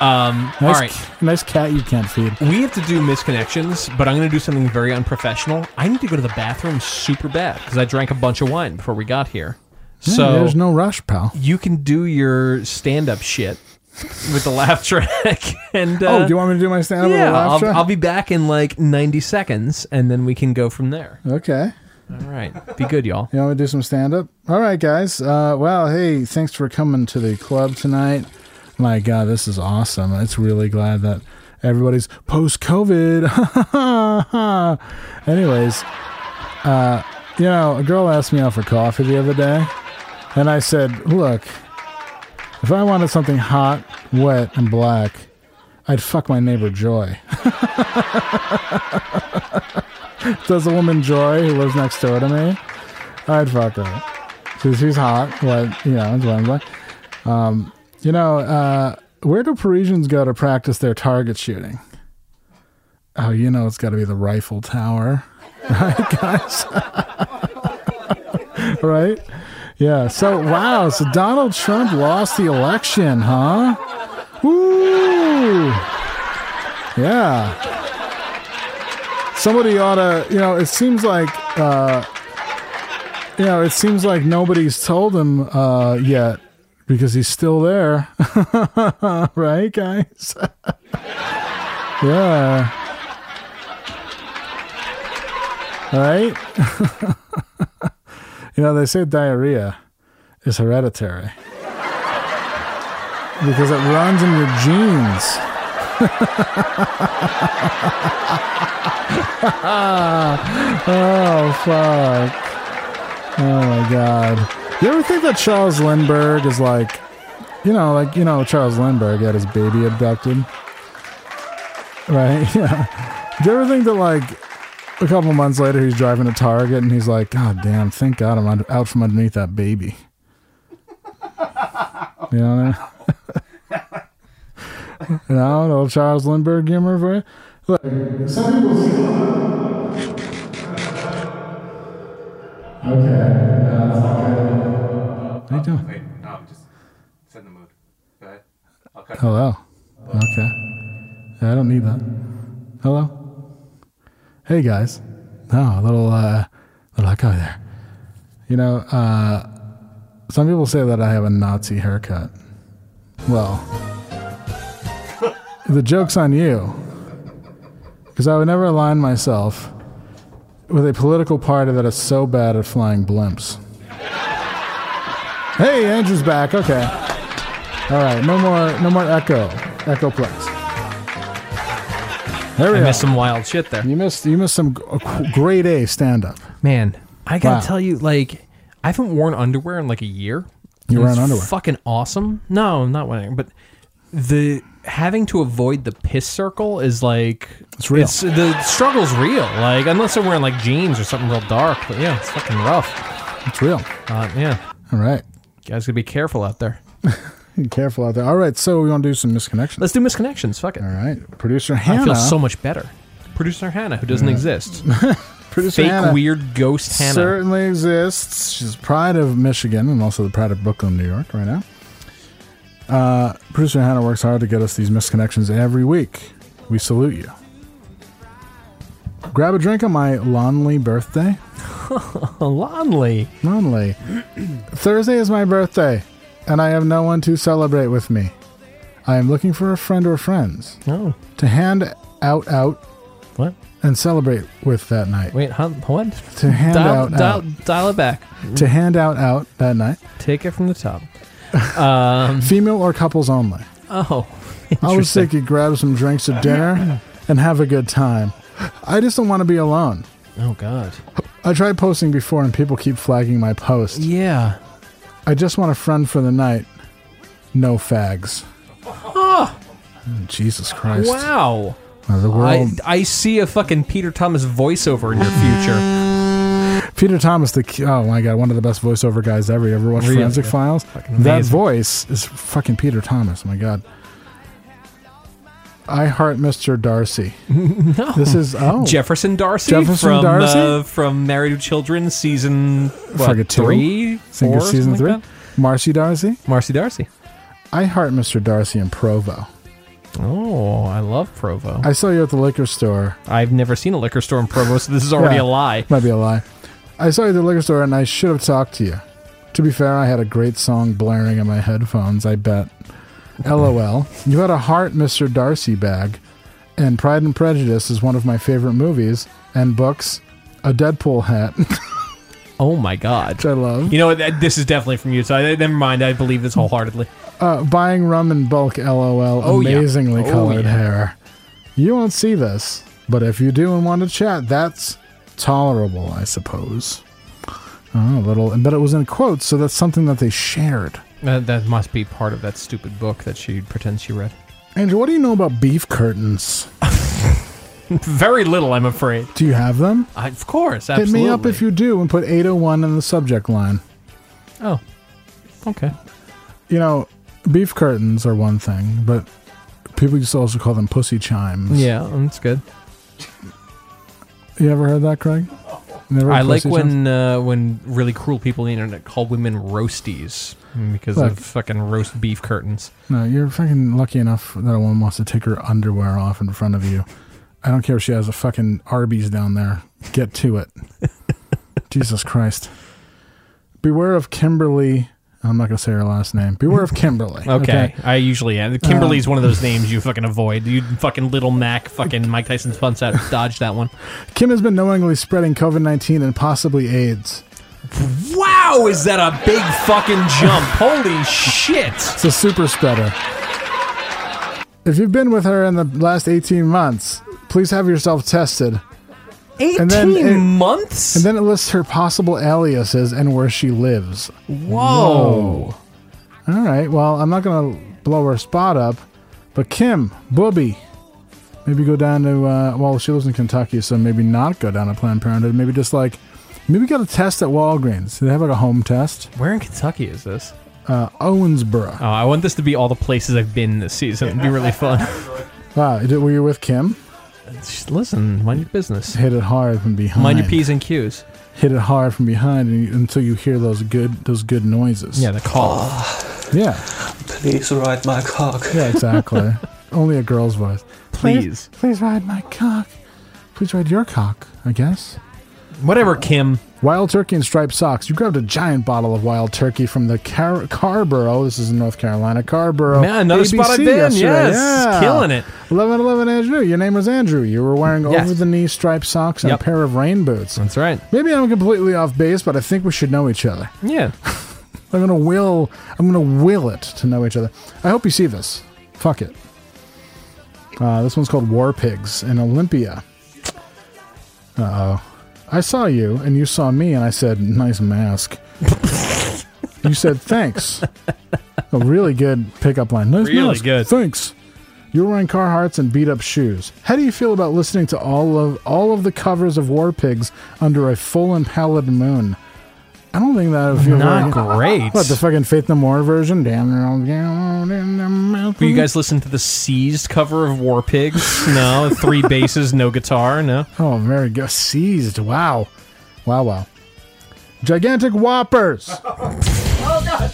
A: Um, nice,
B: all right.
A: c- nice cat you can't feed.
B: We have to do misconnections, but I'm going to do something very unprofessional. I need to go to the bathroom super bad because I drank a bunch of wine before we got here.
A: Yeah,
B: so
A: there's no rush, pal.
B: you can do your stand up shit with the laugh track. And uh,
A: oh, do you want me to do my stand up with
B: yeah,
A: a laugh
B: I'll,
A: track?
B: I'll be back in like 90 seconds, and then we can go from there.
A: okay.
B: All right, be good, y'all.
A: You want me to do some stand up? All right, guys. Uh, well, hey, thanks for coming to the club tonight. My God, this is awesome. It's really glad that everybody's post COVID. Anyways, uh, you know, a girl asked me out for coffee the other day, and I said, Look, if I wanted something hot, wet, and black, I'd fuck my neighbor Joy. Does the woman Joy who lives next door to me? I'd fuck her. She's, she's hot, but you know, it's Wednesday. Um, you know, uh, where do Parisians go to practice their target shooting? Oh, you know, it's got to be the rifle tower, right, guys? right? Yeah. So, wow. So Donald Trump lost the election, huh? Woo! Yeah. Somebody ought to, you know, it seems like you know, it seems like nobody's told him uh, yet because he's still there, right, guys? yeah. Right? you know, they say diarrhea is hereditary because it runs in your genes. oh, fuck. Oh my god. You ever think that Charles Lindbergh is like you know, like you know, Charles Lindbergh had his baby abducted. Right? Yeah. Do you ever think that like a couple months later he's driving to Target and he's like, God damn, thank God I'm under- out from underneath that baby. You know what I mean? you know, an old Charles Lindbergh humor for you? Look, some people Okay. uh, are you doing?
C: Wait, no, I'm just setting the mood. Go ahead. I'll cut.
A: Hello. Oh, Okay. Yeah, I don't need that. Hello. Hey guys. No, a little uh little echo there. You know, uh some people say that I have a Nazi haircut. Well the joke's on you. Because I would never align myself with a political party that is so bad at flying blimps. Hey, Andrew's back. Okay. All right, no more, no more echo, echo plex. There we
B: I
A: go.
B: missed some wild shit there.
A: you missed, you missed some g- qu- grade A stand up.
B: Man, I gotta
A: Wow.
B: tell you, like, I haven't worn underwear in like a year. It
A: You
B: was
A: wearing underwear?
B: Fucking awesome. No, I'm not wearing. But the having to avoid the piss circle is like
A: It's real.
B: the struggle's real. Like, unless I'm wearing like jeans or something real dark. But yeah, it's fucking rough.
A: It's real.
B: Uh, yeah,
A: All right,
B: guys, gotta be careful out there.
A: be careful out there. All right, so we want to do some misconnections.
B: Let's do misconnections. Fuck it.
A: All right, producer
B: I
A: Hannah.
B: feel so much better. Producer Hannah, who doesn't exist.
A: producer
B: Fake
A: Hannah
B: weird ghost Hannah.
A: certainly exists. She's pride of Michigan and also the pride of Brooklyn, New York, right now. Uh, producer Hannah works hard to get us these misconnections every week. We salute you. Grab a drink on my lonely birthday.
B: Lonely.
A: Lonely. Thursday is my birthday, and I have no one to celebrate with me. I am looking for a friend or friends
B: Oh,
A: to hand out out
B: what?
A: and celebrate with that night.
B: Wait, huh? What?
A: To hand
B: dial,
A: out,
B: dial,
A: out
B: dial it back.
A: to hand out out that night.
B: Take it from the top. Um,
A: Female or couples only.
B: oh,
A: I was
B: interesting.
A: thinking grab some drinks at dinner and have a good time. I just don't want to be alone.
B: Oh God.
A: I tried posting before and people keep flagging my post.
B: Yeah.
A: I just want a friend for the night. No fags. Mm, Jesus Christ.
B: Ah! Wow.
A: Uh, The
B: I,
A: world.
B: I see a fucking Peter Thomas voiceover in your future.
A: Peter Thomas, the ki- oh my god, one of the best voiceover guys ever. You ever watch
B: Really?
A: Forensic Files? That
B: amazing.
A: voice is fucking Peter Thomas. My god. I heart Mr. Darcy. This is oh
B: Jefferson Darcy
A: Jefferson
B: from
A: Darcy?
B: Uh, from Married to Children season what,
A: Forget two.
B: three,
A: Think
B: four,
A: it's season
B: something
A: three.
B: Like
A: Marcy Darcy.
B: that? Marcy Darcy.
A: I heart Mr. Darcy in Provo.
B: Oh, I love Provo.
A: I saw you at the liquor store.
B: I've never seen a liquor store in Provo, so this is already
A: Yeah,
B: a lie.
A: Might be a lie. I saw you at the liquor store and I should have talked to you. To be fair, I had a great song blaring in my headphones, I bet. LOL. You had a heart, Mr. Darcy bag. And Pride and Prejudice is one of my favorite movies and books. A Deadpool hat, which
B: Oh my god.
A: I love.
B: You know, th- this is definitely from you, so I, never mind. I believe this wholeheartedly.
A: Uh, buying rum in bulk, LOL.
B: Oh, yeah.
A: amazingly
B: Oh,
A: colored
B: yeah.
A: hair. You won't see this, but if you do and want to chat, that's tolerable, I suppose. Oh, a little, but it was in quotes, so that's something that they shared.
B: Uh, that must be part of that stupid book that she pretends she read.
A: Andrew, what do you know about beef curtains?
B: Very little, I'm afraid.
A: Do you have them?
B: I, of course, absolutely.
A: Hit me up if you do and put 801 in the subject line.
B: Oh, okay.
A: You know, beef curtains are one thing, but people used to also call them pussy chimes.
B: Yeah, that's good.
A: You ever heard that, Craig? Never heard
B: I like
A: pussy chimes?
B: when uh, when really cruel people on the internet call women roasties because
A: Look.
B: of fucking roast beef curtains.
A: No, you're fucking lucky enough that a woman wants to take her underwear off in front of you. I don't care if she has a fucking Arby's down there. Get to it. Jesus Christ. Beware of Kimberly. I'm not going to say her last name. Beware of Kimberly.
B: Okay, I usually am.
A: Uh.
B: Kimberly's one of those names you fucking avoid. You fucking little Mac, fucking Mike Tyson's punch out, dodge that one.
A: Kim has been knowingly spreading COVID 19 and possibly AIDS.
B: Wow, is that a big fucking jump? Holy shit!
A: It's a super spreader. If you've been with her in the last 18 months, please have yourself tested.
B: 18
A: then it-
B: months?
A: And then it lists her possible aliases and where she lives.
B: Whoa.
A: Oh. All right, well, I'm not going to blow her spot up, but Kim, Booby, maybe go down to, uh, well, she lives in Kentucky, so maybe not go down to Planned Parenthood. Maybe just like, maybe get a test at Walgreens. Do they have like a home test?
B: Where in Kentucky is this?
A: Uh, Owensboro.
B: Oh, I want this to be all the places I've been this season. It'd be really fun.
A: Wow, Uh, did- were you with Kim?
B: Just listen, mind your business.
A: Hit it hard from behind.
B: Mind your P's and Q's.
A: hit it hard from behind and you, until you hear those good those good noises.
B: Yeah, the call.
A: yeah,
H: Please ride my cock.
A: yeah, exactly. Only a girl's voice.
B: Please.
A: please ride my cock. Please ride your cock. I guess.
B: Whatever, Kim.
A: Wild turkey and striped socks. You grabbed a giant bottle of wild turkey from the Car- Carborough. This is in North Carolina. Carborough.
B: Man, another spot I've been.
A: yesterday.
B: Yes. Killing it.
A: 11 11 Andrew. Your name was Andrew. You were wearing
B: Yes.
A: over the knee striped socks and
B: Yep.
A: a pair of rain boots.
B: That's right.
A: Maybe I'm completely off base, but I think we should know each other.
B: Yeah.
A: I'm gonna will. I'm gonna will it to know each other. I hope you see this. Fuck it. Uh, this one's called War Pigs in Olympia. Uh oh. I saw you and you saw me and I said, "Nice mask." you said, "Thanks." A really good pickup line. Nice
B: Really
A: mask.
B: good.
A: Thanks. You're wearing Carhartts and beat up shoes. How do you feel about listening to all of all of the covers of War Pigs under a full and pallid moon? I don't think that would feel very
B: Not
A: good.
B: great.
A: What the fucking Faith No More version? Damn it all down in the
B: Will
A: mountain.
B: you guys listen to the seized cover of War Pigs? No, three basses, no guitar, no.
A: Oh, very good. Seized. Wow, wow, wow. Gigantic whoppers. oh god.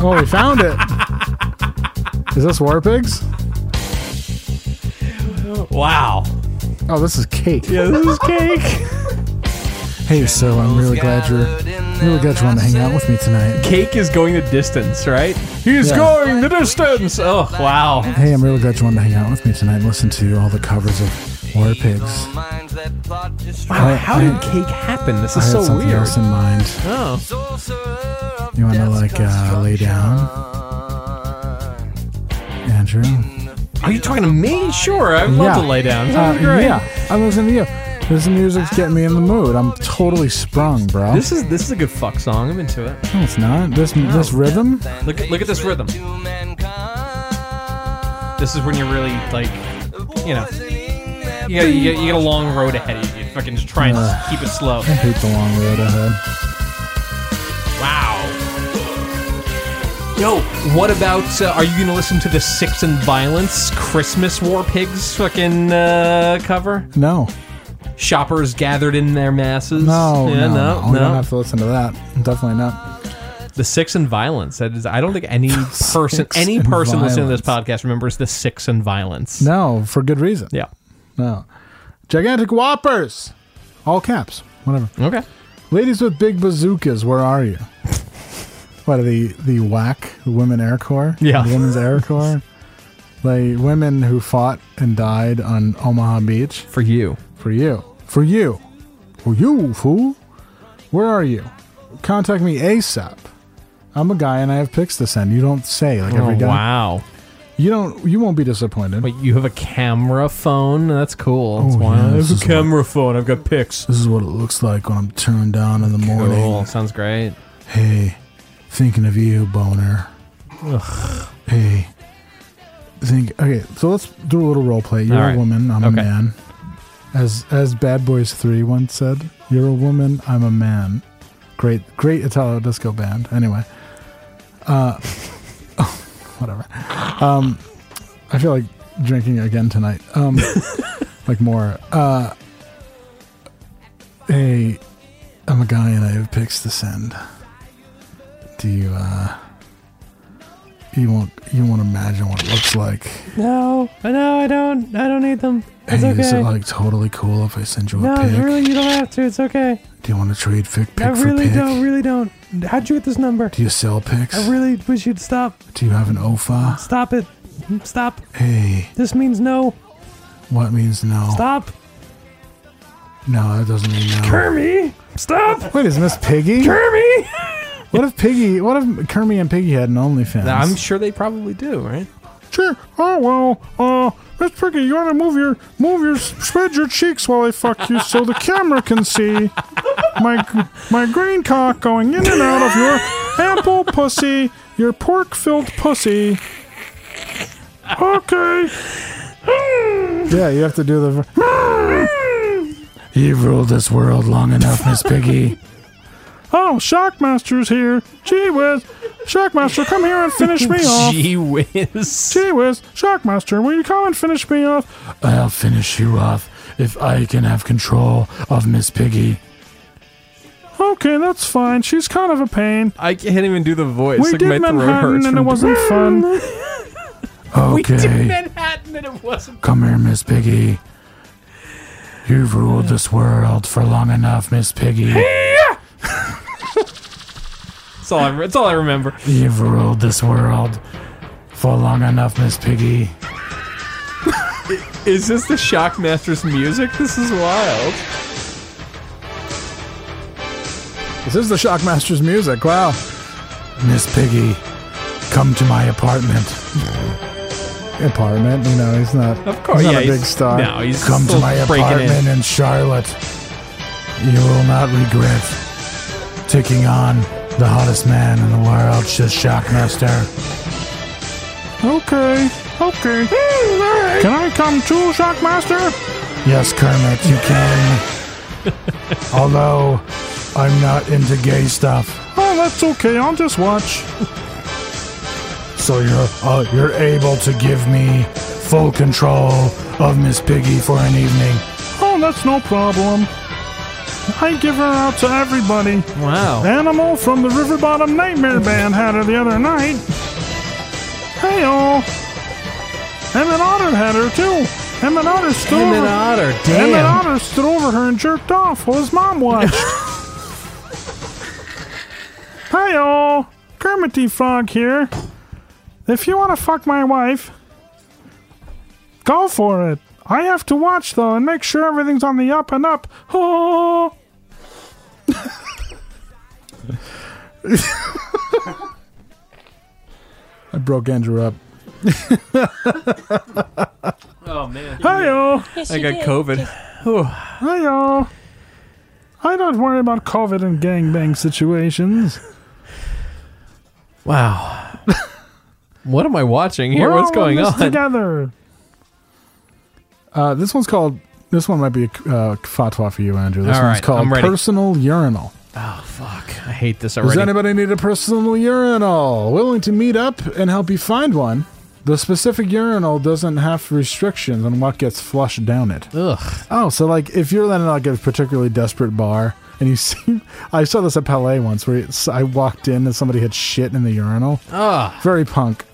A: Oh, we found it. Is this War Pigs?
B: Wow.
A: Oh, this is cake.
B: Yeah, this is cake.
A: Hey, so I'm really glad you're really glad you want to hang out with me tonight.
B: Cake is going the distance, right? He's
A: Yeah.
B: going the distance. Oh, wow.
A: Hey, I'm really glad you wanted to hang out with me tonight. and Listen to all the covers of War Pigs.
B: Wow, how
A: I-
B: did cake happen? This
A: I
B: is
A: had
B: so
A: something
B: weird.
A: else in mind.
B: Oh,
A: You want to like uh, lay down, Andrew?
B: are you talking to me? Sure, I'd love to lay down.
A: Uh,
B: Sounds great.
A: yeah, I'm listening to you. This music's getting me in the mood. I'm totally sprung, bro.
B: This Oh. is this is a good fuck song. I'm into it.
A: no, it's not. This this rhythm.
B: Look at- look at this rhythm. This is when you're really like, you know, you got, you got, you got a long road ahead of you. Fucking just try and
A: Ugh.
B: keep it slow.
A: I hate the long road ahead.
B: Wow. Yo, what about? Uh, are you gonna listen to the Six and Violence Christmas War Pigs fucking uh, cover?
A: No,
B: Shoppers gathered in their masses.
A: no,
B: yeah,
A: no,
B: no,
A: We don't have to listen to that. Definitely not.
B: The Six and Violence. That is, I don't think any person,
A: Six
B: any
A: and
B: person listening to this
A: Violence.
B: podcast remembers the Six and Violence.
A: No, for good reason.
B: Yeah.
A: No, gigantic whoppers, all caps, whatever.
B: Okay.
A: Ladies with big bazookas, where are you? What are the the whack women air corps?
B: Yeah.
A: the women's air corps. The women who fought and died on Omaha Beach.
B: For you.
A: For you. For you. For you, fool. Where are you? Contact me ASAP. I'm a guy and I have pics to send. You don't say like every
B: Oh,
A: guy.
B: wow.
A: You don't. You won't be disappointed.
B: Wait, you have a camera phone? That's cool. That's
A: Oh,
B: wild.
A: yeah,
B: I
A: this
B: have a
A: is
B: camera phone. I've got pics.
A: This is what it looks like when I'm turned on in the morning.
B: Cool. Sounds great.
A: Hey, thinking of you, boner. Hey, think. Okay, so let's do a little role play. You're
B: All
A: a
B: right.
A: woman. I'm a
B: Okay.
A: man. As as Bad Boys Three once said, "You're a woman. I'm a man." Great, great Italo disco band. Anyway, uh, whatever. Um, I feel like drinking again tonight. Um, like more. Uh, hey, I'm a guy and I have pics to send. Do you uh you won't you won't imagine what it looks like.
B: No, no, I don't. I don't need them. It's
A: hey,
B: okay.
A: is it like totally cool if I send you a
B: no,
A: pic?
B: really, you don't have to. It's okay.
A: Do you want to trade fic pic
B: I
A: for
B: really
A: pic?
B: don't. Really don't. How'd you get this number?
A: Do you sell pics?
B: I really wish you'd stop.
A: Do you have an OFA?
B: Stop it. Stop.
A: Hey,
B: This means no.
A: what means no?
B: Stop.
A: No, that doesn't mean no.
B: Kermy. Stop.
A: Wait, is Miss Piggy?
B: Kermy.
A: What if Piggy? What if Kermie and Piggy had an OnlyFans?
B: I'm sure they probably do, right?
A: Sure. Oh well. Uh, Miss Piggy, you want to move your move your spread your cheeks while I fuck you so the camera can see my my green cock going in and out of your apple pussy, your pork filled pussy. Okay. Yeah, you have to do the. You've ruled this world long enough, Miss Piggy. Oh, Shockmaster's here. Gee whiz. Shockmaster, come here and finish me off.
B: Gee whiz.
A: Gee whiz, Shockmaster, will you come and finish me off? I'll finish you off if I can have control of Miss Piggy. okay, that's fine. She's kind of a pain.
B: I can't even do the voice.
A: We
B: like
A: did
B: my throat
A: Manhattan
B: hurts
A: and it
B: from-
A: wasn't fun.
B: We did
A: Okay,
B: Manhattan and it wasn't.
A: come here, Miss Piggy. You've ruled this world for long enough, Miss Piggy.
B: That's all I, re- that's all I remember.
A: You've ruled this world for long enough, Miss Piggy.
B: Is this the Shockmaster's music? This is wild.
A: This is the Shockmaster's music. Wow. Miss Piggy, come to my apartment. apartment? You know, he's not.
B: Of course,
A: he's not
B: yeah,
A: a big
B: he's-
A: star.
B: no, he's
A: come to
B: still
A: my
B: breaking in.
A: apartment in. Charlotte. You will not regret taking on the hottest man in the world, just Shockmaster. Okay, okay. Can I come too, Shockmaster? Yes, Kermit, you can. Although I'm not into gay stuff. Oh, that's okay. I'll just watch. So you're uh, you're able to give me full control of Miss Piggy for an evening. Oh, that's no problem. I give her out to everybody.
B: Wow.
A: Animal from the River Bottom Nightmare Band had her the other night. Hey, all. Emmett Otter had her too. Emmett Otter still.
B: Damn it, Otter. Damn.
A: Emmett Otter stood over her and jerked off while his mom watched. Hi, all. Kermit the Frog here. If you want to fuck my wife, go for it. I have to watch, though, and make sure everything's on the up and up. Oh. I broke Andrew up.
B: Oh man.
A: Hi, all.
B: I got COVID.
A: Hi, y'all. I don't worry about COVID and gangbang situations.
B: Wow. what am I watching here?
A: We're
B: What's
A: all
B: going
A: in this
B: on?
A: Together. Uh, this one's called. This one might be a uh, fatwa for you, Andrew. This
B: All
A: one's
B: right,
A: called
B: I'm ready.
A: personal urinal.
B: Oh fuck. I hate this
A: Does
B: already.
A: anybody need a personal urinal? Willing to meet up and help you find one? The specific urinal doesn't have restrictions on what gets flushed down it.
B: Ugh.
A: Oh, so like if you're in like a particularly desperate bar and you see, I saw this at Palais once where it's, I walked in and somebody had shit in the urinal.
B: Ugh.
A: Very punk.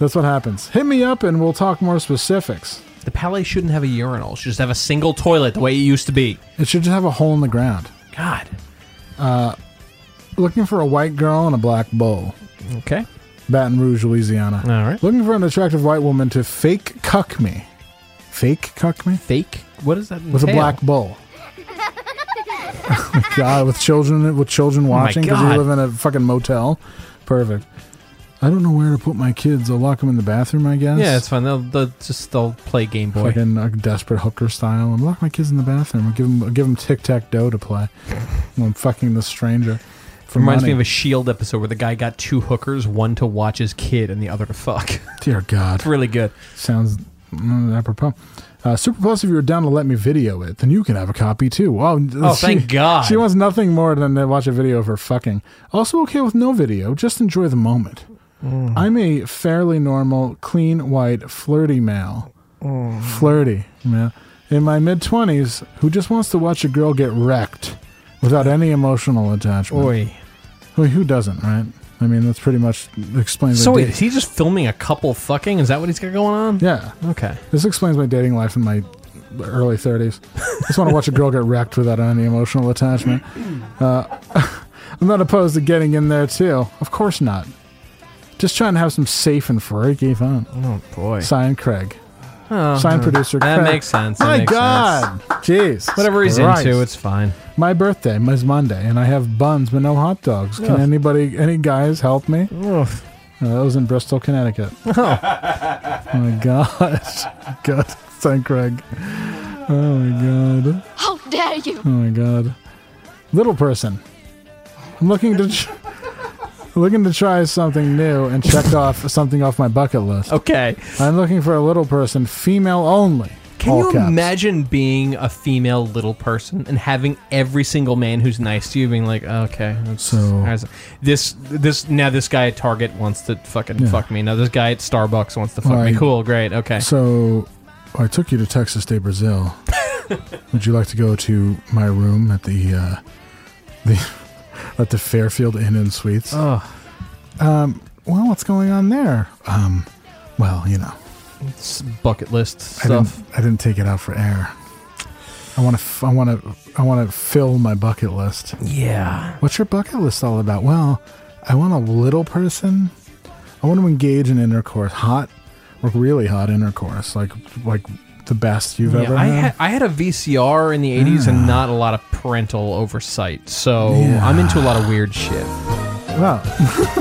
A: That's what happens. Hit me up and we'll talk more specifics.
B: The Palais shouldn't have a urinal. It should just have a single toilet the way it used to be.
A: It should just have a hole in the ground.
B: God.
A: Looking for a white girl and a black bull.
B: Okay.
A: Baton Rouge, Louisiana.
B: All right.
A: Looking for an attractive white woman to fake cuck me. Fake cuck me?
B: Fake. What is that?
A: With a
B: entail?
A: black bull. Oh my God, with children with children
B: Oh my
A: watching because we
B: God.
A: live in a fucking motel. Perfect. I don't know where to put my kids. I'll lock them in the bathroom, I guess.
B: Yeah, it's fine. They'll, they'll just they'll play Game Boy.
A: Fucking like desperate hooker style. I'm lock my kids in the bathroom. I'll give them, I'll give them tic tac toe to play. when I'm fucking this stranger. For
B: Reminds me
A: money.
B: of a Shield E episode where the guy got two hookers, one to watch his kid and the other to fuck.
A: dear God.
B: It's really good.
A: Sounds mm, apropos. Uh, Super Plus, if you were down to let me video it, then you can have a copy too. Wow,
B: Oh, thank God.
A: She wants nothing more than to watch a video of her fucking. Also, okay with no video, just enjoy the moment.
B: Mm.
A: I'm a fairly normal, clean, white, flirty male.
B: Mm.
A: Flirty, yeah. In my mid 20s, who just wants to watch a girl get wrecked without any emotional attachment.
B: Boy.
A: Well, who doesn't, right? I mean, that's pretty much explains
B: So
A: my
B: wait,
A: date-
B: is he just filming a couple fucking? Is that what he's got going on?
A: Yeah.
B: Okay.
A: This explains my dating life in my early 30s. I just want to watch a girl get wrecked without any emotional attachment. Uh, I'm not opposed to getting in there, too. Of course not. Just trying to have some safe and freaky fun.
B: Oh boy.
A: Signed Craig. Signed producer
B: Oh, that
A: Craig.
B: makes sense. That
A: My
B: makes
A: God. Jeez.
B: Whatever he's
A: Christ.
B: into, it's fine.
A: My birthday is Monday, and I have buns but no hot dogs. Can
B: Ugh.
A: anybody, any guys help me? Uh, that was in Bristol, Connecticut. Oh, my gosh. God, thank Craig. Oh my god.
I: How dare you!
A: Oh my god. Little person. I'm looking to tr- looking to try something new and check off something off my bucket list.
B: Okay.
A: I'm looking for a little person, female only.
B: Can
A: all
B: you
A: caps.
B: imagine being a female little person and having every single man who's nice to you being like, okay, that's,
A: So-
B: that's- this this now this guy at Target wants to fucking
A: Yeah.
B: fuck me. Now this guy at Starbucks wants to fuck
A: Right.
B: me. Cool, great, okay.
A: So, I took you to Texas Day Brazil. Would you like to go to my room at the uh, The, at the Fairfield Inn and Suites.
B: Ugh.
A: Um, well, what's going on there? Um, well, you know,
B: It's bucket list
A: I
B: stuff.
A: didn't, I didn't take it out for air. I want to. I want to. I want to fill my bucket list.
B: Yeah.
A: What's your bucket list all about? Well, I want a little person. I want to engage in intercourse, hot, like really hot intercourse, like like the best you've
B: Yeah,
A: ever.
B: I
A: had.
B: had I had a VCR in the '80s and not a lot of parental oversight, so
A: Yeah.
B: I'm into a lot of weird shit.
A: Wow.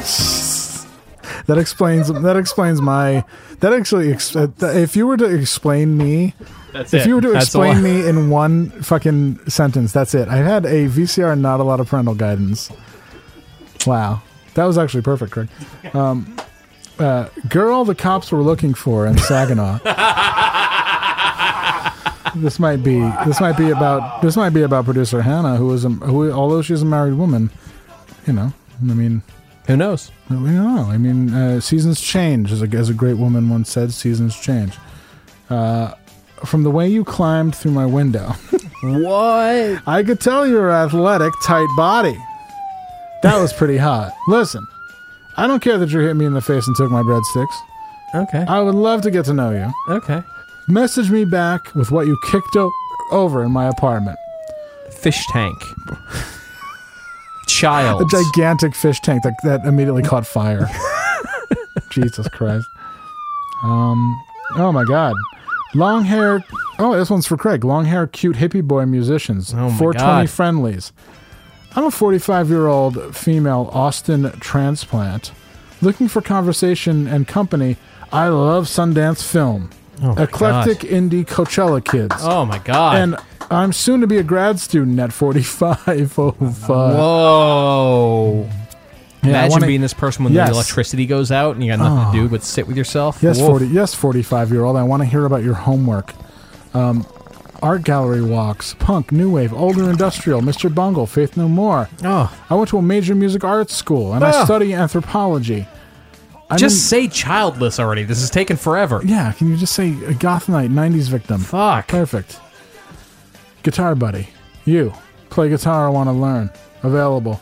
A: that explains that explains my that actually ex- uh, if you were to explain me
B: That's
A: if
B: it.
A: you were to
B: That's all I-
A: explain me in one fucking sentence that's it i had a vcr and not a lot of parental guidance wow that was actually perfect craig um, uh, girl the cops were looking for in saginaw this might be this might be about this might be about producer hannah who is a, who although she's a married woman you know i mean
B: Who knows?
A: no, we don't know. I mean, uh, seasons change, as a, as a great woman once said. Seasons change. Uh, from the way you climbed through my window,
B: What?
A: I could tell your athletic, tight body. That was pretty hot. Listen, I don't care that you hit me in the face and took my breadsticks.
B: Okay.
A: I would love to get to know you.
B: Okay.
A: Message me back with what you kicked o- over in my apartment.
B: Fish tank. Child.
A: A gigantic fish tank that, that immediately caught fire. Jesus Christ. Um. Oh my God. Long hair. Oh, this one's for Craig. Long hair, cute hippie boy musicians.
B: Oh my
A: 420
B: God.
A: friendlies. I'm a 45 year old female Austin transplant looking for conversation and company. I love Sundance film.
B: Oh my
A: Eclectic indie Coachella kids.
B: oh my god.
A: And I'm soon to be a grad student at 45. Oh, fuck.
B: Whoa.
A: I
B: Imagine
A: wanna-
B: being this person when
A: Yes. Oh.
B: the electricity goes out and you got nothing to do but sit with yourself.
A: Yes,
B: Woof.
A: forty. Yes, forty-five year old. I want to hear about your homework. Um, art gallery walks, punk, new wave, older industrial, Mr. Bungle, Faith No More.
B: Oh.
A: I went to a major music arts school and
B: Ah.
A: I study anthropology. I'm
B: just
A: in-
B: say childless already. This is taking forever.
A: yeah. Can you just say a goth night '90s victim?
B: Fuck.
A: Perfect. Guitar buddy, you play guitar. I want to learn. Available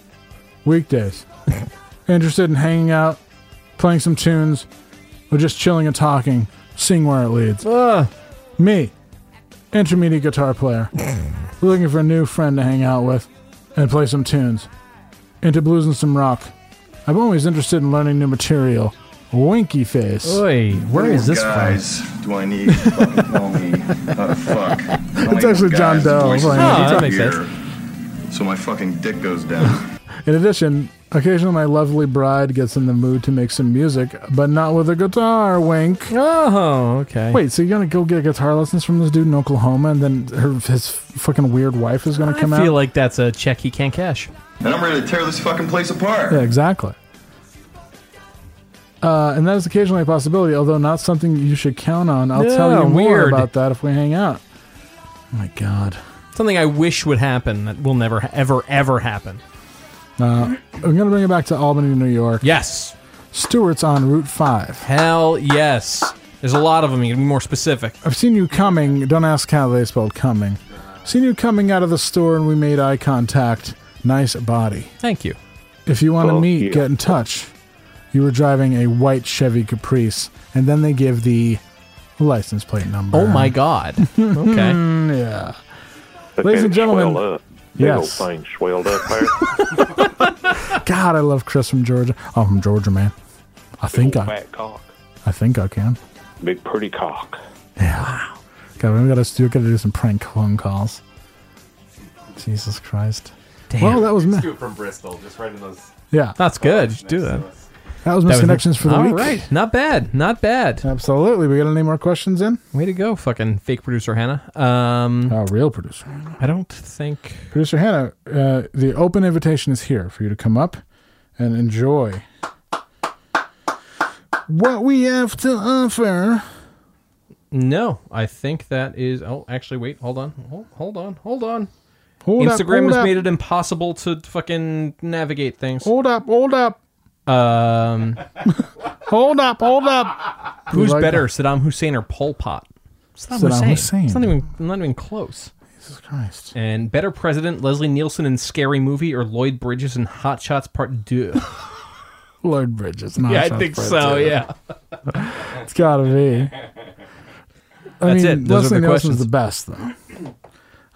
A: weekdays. Interested in hanging out, playing some tunes, or just chilling and talking. Seeing where it leads.
B: Ugh.
A: Me, intermediate guitar player, looking for a new friend to hang out with and play some tunes. Into blues and some rock. I'm always interested in learning new material. Winky face.
B: Oi, where is this from?
E: guys do I need to fucking tell me how to fuck?
A: It's actually John Doe playing
B: Oh, that makes
E: So my fucking dick goes down.
A: In addition, occasionally my lovely bride gets in the mood to make some music, but not with a guitar. Wink.
B: Oh, okay.
A: Wait, so you're gonna go get guitar lessons from this dude in Oklahoma, and then her, his fucking weird wife is gonna
B: I
A: come
B: feel
A: out?
B: like that's a check he can't cash.
E: and I'm ready to tear this fucking place apart.
A: Yeah, exactly. Uh, and that is occasionally a possibility, although not something you should count on. I'll tell
B: Yeah,
A: you more
B: weird.
A: about that if we hang out. Oh my God.
B: Something I wish would happen that will never, ever, ever happen.
A: I'm going to bring it back to Albany, New York.
B: Yes.
A: Stewart's on Route 5.
B: Hell yes. There's a lot of them. You can be more specific.
A: I've seen you coming. Don't ask how they spelled coming. Seen you coming out of the store and we made eye contact. Nice body.
B: Thank you.
A: If you want to
I: Fuck
A: meet,
I: you.
A: get in touch. You were driving a white Chevy Caprice, and then they give the license plate number.
B: Oh my god. Okay.
A: Yeah.
I: The
A: Ladies
I: kind
A: and
I: of
A: gentlemen,
I: swelled up. Big old
A: yes.
I: thing swelled up there.
A: God, I love Chris from Georgia. I'm from Georgia, man. I think
I: Big old
A: I,
I: fat cock.
A: I think I can.
I: Big pretty cock.
A: Yeah. God, we gotta do gotta do some prank phone calls. Jesus Christ.
B: Damn.
A: Well, that was mi-
C: Let's do it from Bristol, just right in those.
A: yeah.
B: That's good. Just do
C: next
B: that.
C: to us.
A: That was misconnections for the
B: All
A: week.
B: right. Not bad. Not bad.
A: Absolutely. We got any more questions in?
B: Way to go, fucking fake producer Hannah. Um,
A: Oh, real producer.
B: I don't think.
A: Producer Hannah, uh, the open invitation is here for you to come up and enjoy what we have to offer.
B: No, I think that is. Oh, actually, wait. Hold on. Hold, hold on. Hold on.
A: Hold up,
B: Instagram
A: hold
B: has
A: up,
B: made it impossible to fucking navigate things.
A: Hold up, hold up,
B: Um,
A: hold up, hold up.
B: who's
A: like
B: better, Saddam Hussein or Pol Pot? Saddam,
A: Saddam Hussein.
B: It's not even not even close.
A: Jesus Christ.
B: And Better President, Leslie Nielsen in Scary Movie, or Lloyd Bridges in Hot Shots Part 2.
A: Lloyd Bridges. not
B: yeah, I
A: Sean
B: think
A: Fred,
B: so,
A: dude.
B: yeah.
A: it's gotta be. I
B: That's
A: mean,
B: it. Those are the
A: Leslie Nielsen's
B: questions.
A: the best, though.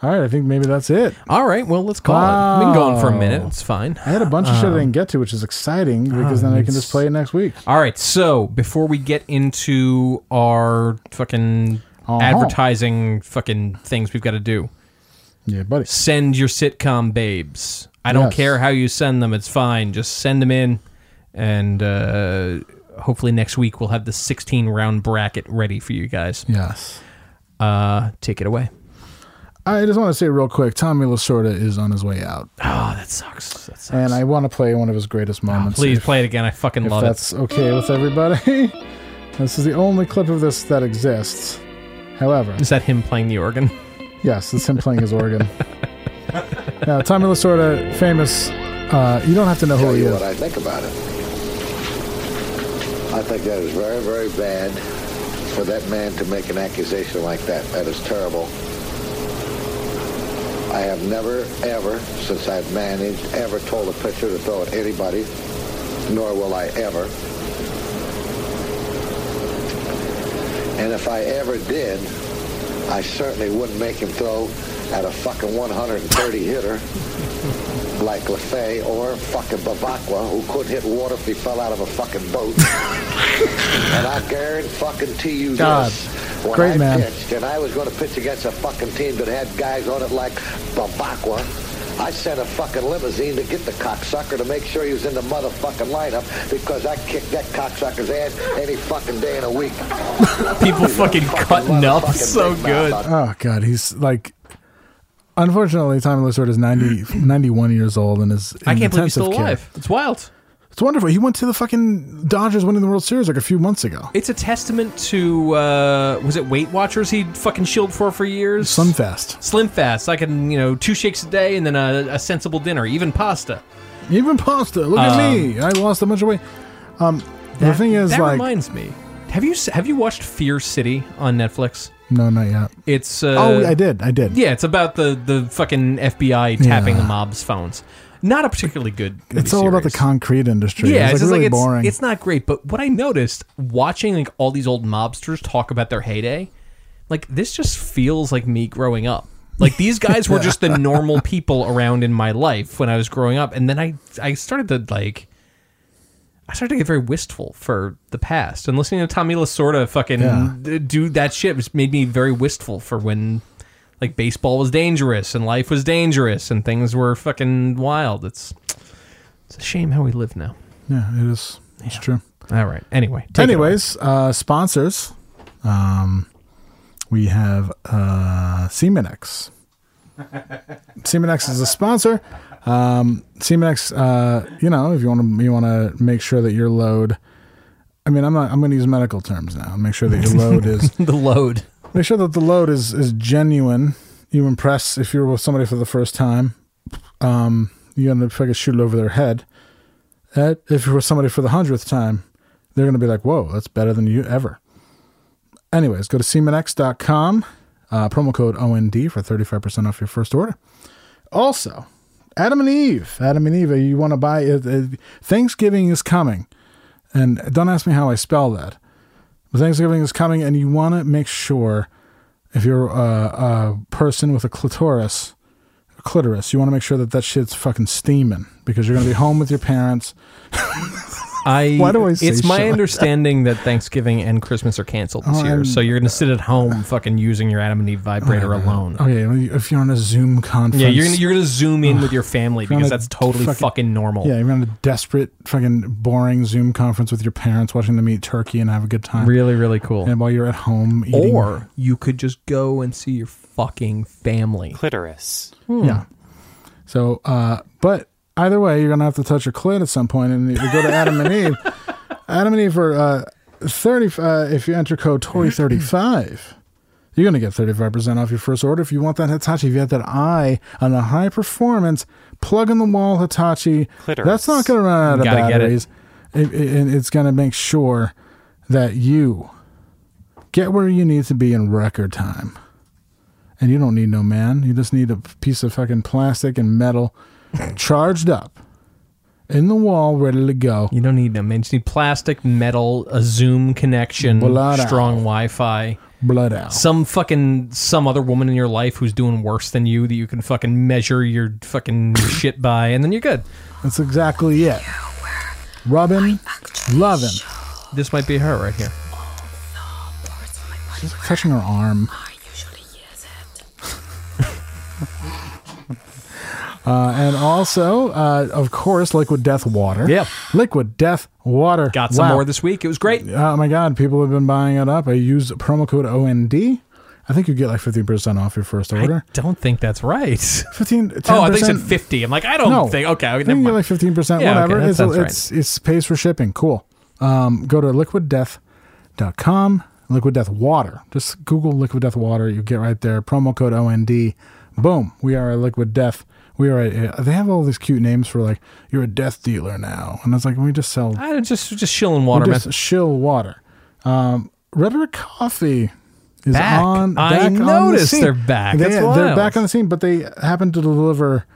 A: All right, I think maybe that's it.
B: All right, well, let's call it. We've been going for a minute. It's fine.
A: I had a bunch of
B: Um,
A: shit I didn't get to, which is exciting because then I can just play it next week.
B: All right, so before we get into our fucking
A: Uh-huh.
B: advertising fucking things we've got to do,
A: Yeah, buddy.
B: send your sitcom babes. I don't
A: Yes.
B: care how you send them, it's fine. Just send them in, and uh, hopefully next week we'll have the 16 round bracket ready for you guys.
A: Yes.
B: Uh, take it away.
A: I just want to say real quick, Tommy Lasorda is on his way out,
B: Oh, that sucks. That sucks.
A: and I want to play one of his greatest moments.
B: Please
A: if,
B: play it again. I fucking
A: if
B: love it.
A: that's okay with everybody. this is the only clip of this that exists. However,
B: Is that him playing the organ?
A: Yes, it's him playing his organ. now, Tommy Lasorda, famous. Uh, you don't have to know who
J: tell
A: he
J: you
A: is.
J: what I think about it. I think that is very, very bad for that man to make an accusation like that. That is terrible. I have never, ever, since I've managed, ever told a pitcher to throw at anybody, nor will I ever. And if I ever did, I certainly wouldn't make him throw at a fucking 130 hitter like Lefay or fucking Babakwa who couldn't hit water if he fell out of a fucking boat. and I guarantee fucking to you
A: God.
J: this. When
A: Great
J: I
A: man.
J: pitched, and I was going to pitch against a fucking team that had guys on it like Babakwa, I sent a fucking limousine to get the cocksucker to make sure he was in the motherfucking lineup because I kicked that cocksucker's ass any fucking day in a week.
B: People fucking cutting up so good.
A: Oh God, he's like. Unfortunately, Tommy Lasorda is 90, 91 years old and is.
B: I
A: in
B: can't believe he's
A: intensive
B: still
A: care.
B: alive. It's wild.
A: It's wonderful. He went to the fucking Dodgers winning the World Series like a few months ago.
B: It's a testament to uh, was it Weight Watchers he fucking shielded for for years.
A: Slim Fast.
B: Slim fast. I can you know two shakes a day and then a, a sensible dinner, even pasta.
A: Even pasta. Look at me. I lost a bunch of weight. Um, the
B: That-
A: thing is,
B: that
A: like,
B: reminds me. Have you s- have you watched Fear City on Netflix?
A: no, not yet.
B: It's uh,
A: oh, I did. I did.
B: Yeah, it's about the the fucking FBI tapping
A: Yeah.
B: the mob's phones. Not a particularly good. Movie
A: It's all about the
B: series.
A: concrete industry.
B: Yeah,
A: it's,
B: it's
A: like
B: just
A: really
B: like it's,
A: boring.
B: it's not great. But what I noticed watching like all these old mobsters talk about their heyday, like this just feels like me growing up. Like these guys were just the normal people around in my life when I was growing up, and then I I started to like. I started to get very wistful for the past, and listening to Tommy Lasorda fucking
A: Yeah.
B: d- do that shit just made me very wistful for when, like, baseball was dangerous and life was dangerous and things were fucking wild. It's it's a shame how we live now.
A: yeah, it is. It's true.
B: All right. Anyway. take it away.
A: Anyways, uh, sponsors. Um, we have uh, Semenex. Semenex is a sponsor. Um, Semenex, uh, you know, if you want to, you want to make sure that your load. I mean, I'm not. I'm going to use medical terms now. Make sure that your load is
B: the load.
A: make sure that the load is is genuine. You impress if you're with somebody for the first time. Um, you're gonna fucking shoot it over their head. Uh, if you're with somebody for the hundredth time, they're gonna be like, "Whoa, that's better than you ever." Anyways, go to semenx.com, uh, promo code OND for 35% off your first order. Also, Adam and Eve. Adam and Eve, you want to buy uh, uh, Thanksgiving is coming. And don't ask me how I spell that. But Thanksgiving is coming, and you want to make sure if you're uh, a, a person with a clitoris, a clitoris, you want to make sure that that shit's fucking steaming because you're going to be home with your parents.
B: I.
A: Why do I say
B: it's
A: shit
B: my
A: like
B: understanding that Thanksgiving and Christmas are canceled this
A: Oh,
B: year,
A: I'm- Oh,
B: so you're gonna sit at home fucking using your Adam and Eve vibrator alone.
A: Okay, if you're on a Zoom conference,
B: Yeah, you're gonna, you're gonna zoom in with your family
A: You're on
B: because
A: a
B: that's totally fucking, normal.
A: Yeah, you're on a desperate, fucking boring Zoom conference with your parents, watching them eat turkey and have a good time.
B: Really, really cool.
A: And while you're at home eating,
B: Or you could just go and see your fucking family.
K: Clitoris.
B: Hmm.
A: Yeah. So, uh, but either way, you're gonna have to touch your clit at some point, and you go to Adam and Eve. Adam and Eve for uh, thirty. Uh, if you enter code Tori thirty five. You're going to get 35% off your first order if you want that Hitachi. If you have that eye on a high performance, plug in the wall Hitachi.
K: Clitoris.
A: That's not going to run out of
B: Gotta get it.
A: batteries. It- it- and it's going to make sure that you get where you need to be in record time. And you don't need no man. You just need a piece of fucking plastic and metal charged up in the wall, ready to go.
B: You don't need them. You just need plastic, metal, a Zoom connection,
A: Blood out.
B: strong Wi-Fi,
A: blood out.
B: Some fucking some other woman in your life who's doing worse than you that you can fucking measure your fucking shit by, and then you're good.
A: That's exactly it. Rubbing, loving.
B: This might be her right here.
A: She's touching her arm. Uh, and also, uh, of course, Liquid Death Water.
B: Yeah.
A: Liquid Death Water.
B: Got some
A: Wow.
B: more this week. It was great.
A: Oh my God, people have been buying it up. I used promo code OND. I think you get like 15% off your first
B: I
A: order.
B: don't think that's right.
A: 15
B: Oh, I think it said
A: 10%.
B: fifty. I'm like, I don't
A: No.
B: think. Okay,
A: I
B: never
A: think you get
B: mind.
A: like 15%,
B: Yeah, okay,
A: whatever.
B: that
A: it's,
B: sounds
A: it's, it's pays for shipping. Cool. Um, go to liquiddeath.com, Liquid Death Water. Just Google Liquid Death Water. You get right there. Promo code OND. Boom. We are a Liquid Death. We are a, they have all these cute names for like, you're a death dealer now. And it's like, we just sell
B: I just just chilling water,
A: we
B: man.
A: just shill water. Um, Rhetoric Coffee is
B: Back.
A: on.
B: I
A: back on the
B: noticed
A: scene.
B: they're back.
A: They,
B: That's
A: are
B: wild.
A: back on the scene, but they happened to deliver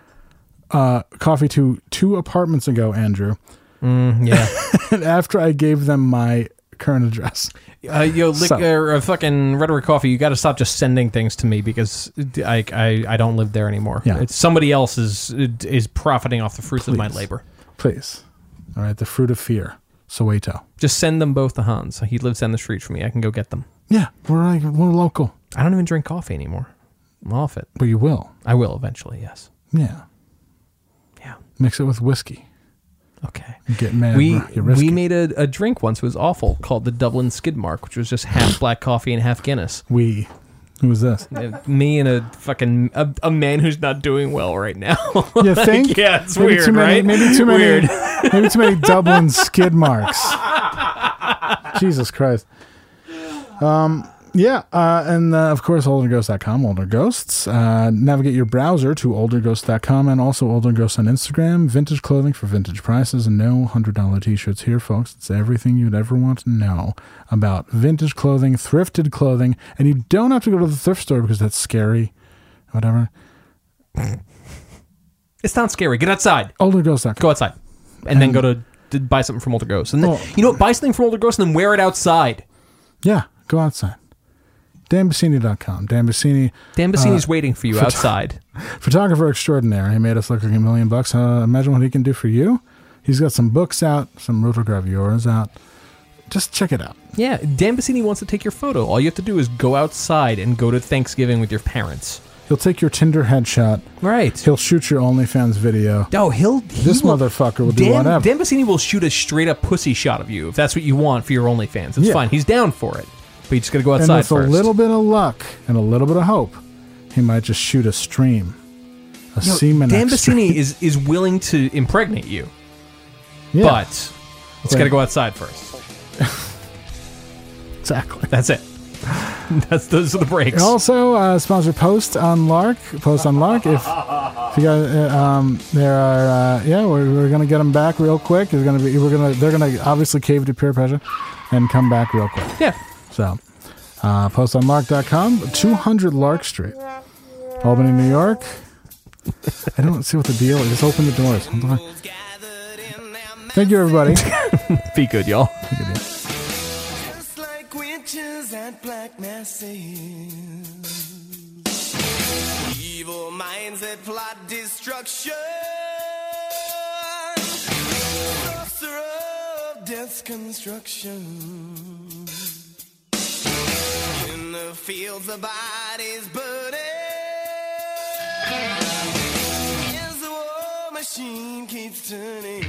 A: uh, coffee to two apartments ago, Andrew.
B: Mm, yeah.
A: and after I gave them my current address,
B: Uh, yo, lick,
A: So-
B: uh, uh, fucking rhetoric coffee. You got to stop just sending things to me because I, I, I don't live there anymore.
A: Yeah.
B: It's somebody else is is profiting off the fruits of my
A: Please.
B: labor.
A: please. All right, the fruit of fear, Soweto.
B: Just send them both to Hans. He lives down the street from me. I can go get them.
A: Yeah, we're like we're local,
B: I don't even drink coffee anymore. I'm off it.
A: but you will.
B: I will eventually. Yes.
A: Yeah,
B: Yeah.
A: Mix it with whiskey.
B: Okay.
A: Get mad.
B: we
A: you're
B: we
A: risky.
B: made a, a drink once. It was awful. Called the Dublin Skid Mark, which was just half black coffee and half Guinness.
A: we. Who was this?
B: Uh, Me and a fucking a, a man who's not doing well right now.
A: You
B: Like,
A: think?
B: yeah, it's
A: maybe
B: weird,
A: too many,
B: right?
A: Maybe too many.
B: Weird.
A: Maybe too many Dublin skid marks. Jesus Christ. Um. Yeah, uh, and uh, of course, olderghosts.com, older ghosts. Uh, navigate your browser to olderghosts.com and also older ghosts on Instagram. Vintage clothing for vintage prices and no $100 t shirts here, folks. It's everything you'd ever want to know about vintage clothing, thrifted clothing, and you don't have to go to the thrift store because that's scary, whatever.
B: It's not scary. Get outside.
A: Olderghosts.com.
B: Go outside, and, then go to, to buy something from Older Ghost. And then
A: Oh.
B: you know what? Buy something from Older Ghost and then wear it outside.
A: Yeah, go outside. DanBassini.com. Dan Bassini,
B: Dan Bassini's waiting for you
A: Uh, photo-
B: outside.
A: photographer extraordinaire. He made us look like a million bucks. Uh, imagine what he can do for you. He's got some books out, some rotogravures out. Just check it out.
B: Yeah, Dan Bassini wants to take your photo. All you have to do is go outside and go to Thanksgiving with your parents.
A: He'll take your Tinder headshot.
B: Right.
A: He'll shoot your OnlyFans video.
B: No, he'll he
A: This
B: will-
A: motherfucker will do
B: Dan,
A: whatever.
B: Dan Bassini will shoot a straight up pussy shot of you if that's what you want for your OnlyFans. It's
A: Yeah.
B: fine. He's down for it, but you just gotta go
A: and
B: outside
A: with
B: first.
A: a little bit of luck and a little bit of hope, he might just shoot a stream. A
B: Yo,
A: semen
B: Dan
A: extra-
B: Bassini is is willing to impregnate you,
A: Yeah,
B: but it's
A: Right.
B: gotta go outside first.
A: exactly.
B: That's it. That's those are the breaks.
A: And also, uh, sponsor Post on Lark. Post on Lark. If, if you guys, uh, um, there are, uh, yeah, we're, we're gonna get them back real quick. It's gonna be, we're gonna, they're gonna obviously cave to peer pressure, and come back real quick.
B: Yeah.
A: So, uh, postonlark.com, 200 Lark Street, Albany, New York. I don't see what the deal is. Just open the doors. What the fuck? Thank you, everybody.
B: Be good, y'all.
K: Just like witches at black masses. Evil minds that plot destruction. Sorcerer of death's construction. In the fields, the bodies burning. As the war machine keeps turning.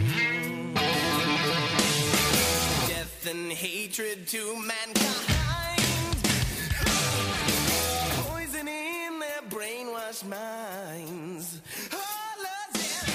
K: Death and hatred to mankind. Poison in their brainwashed minds. Oh, Lord, yeah.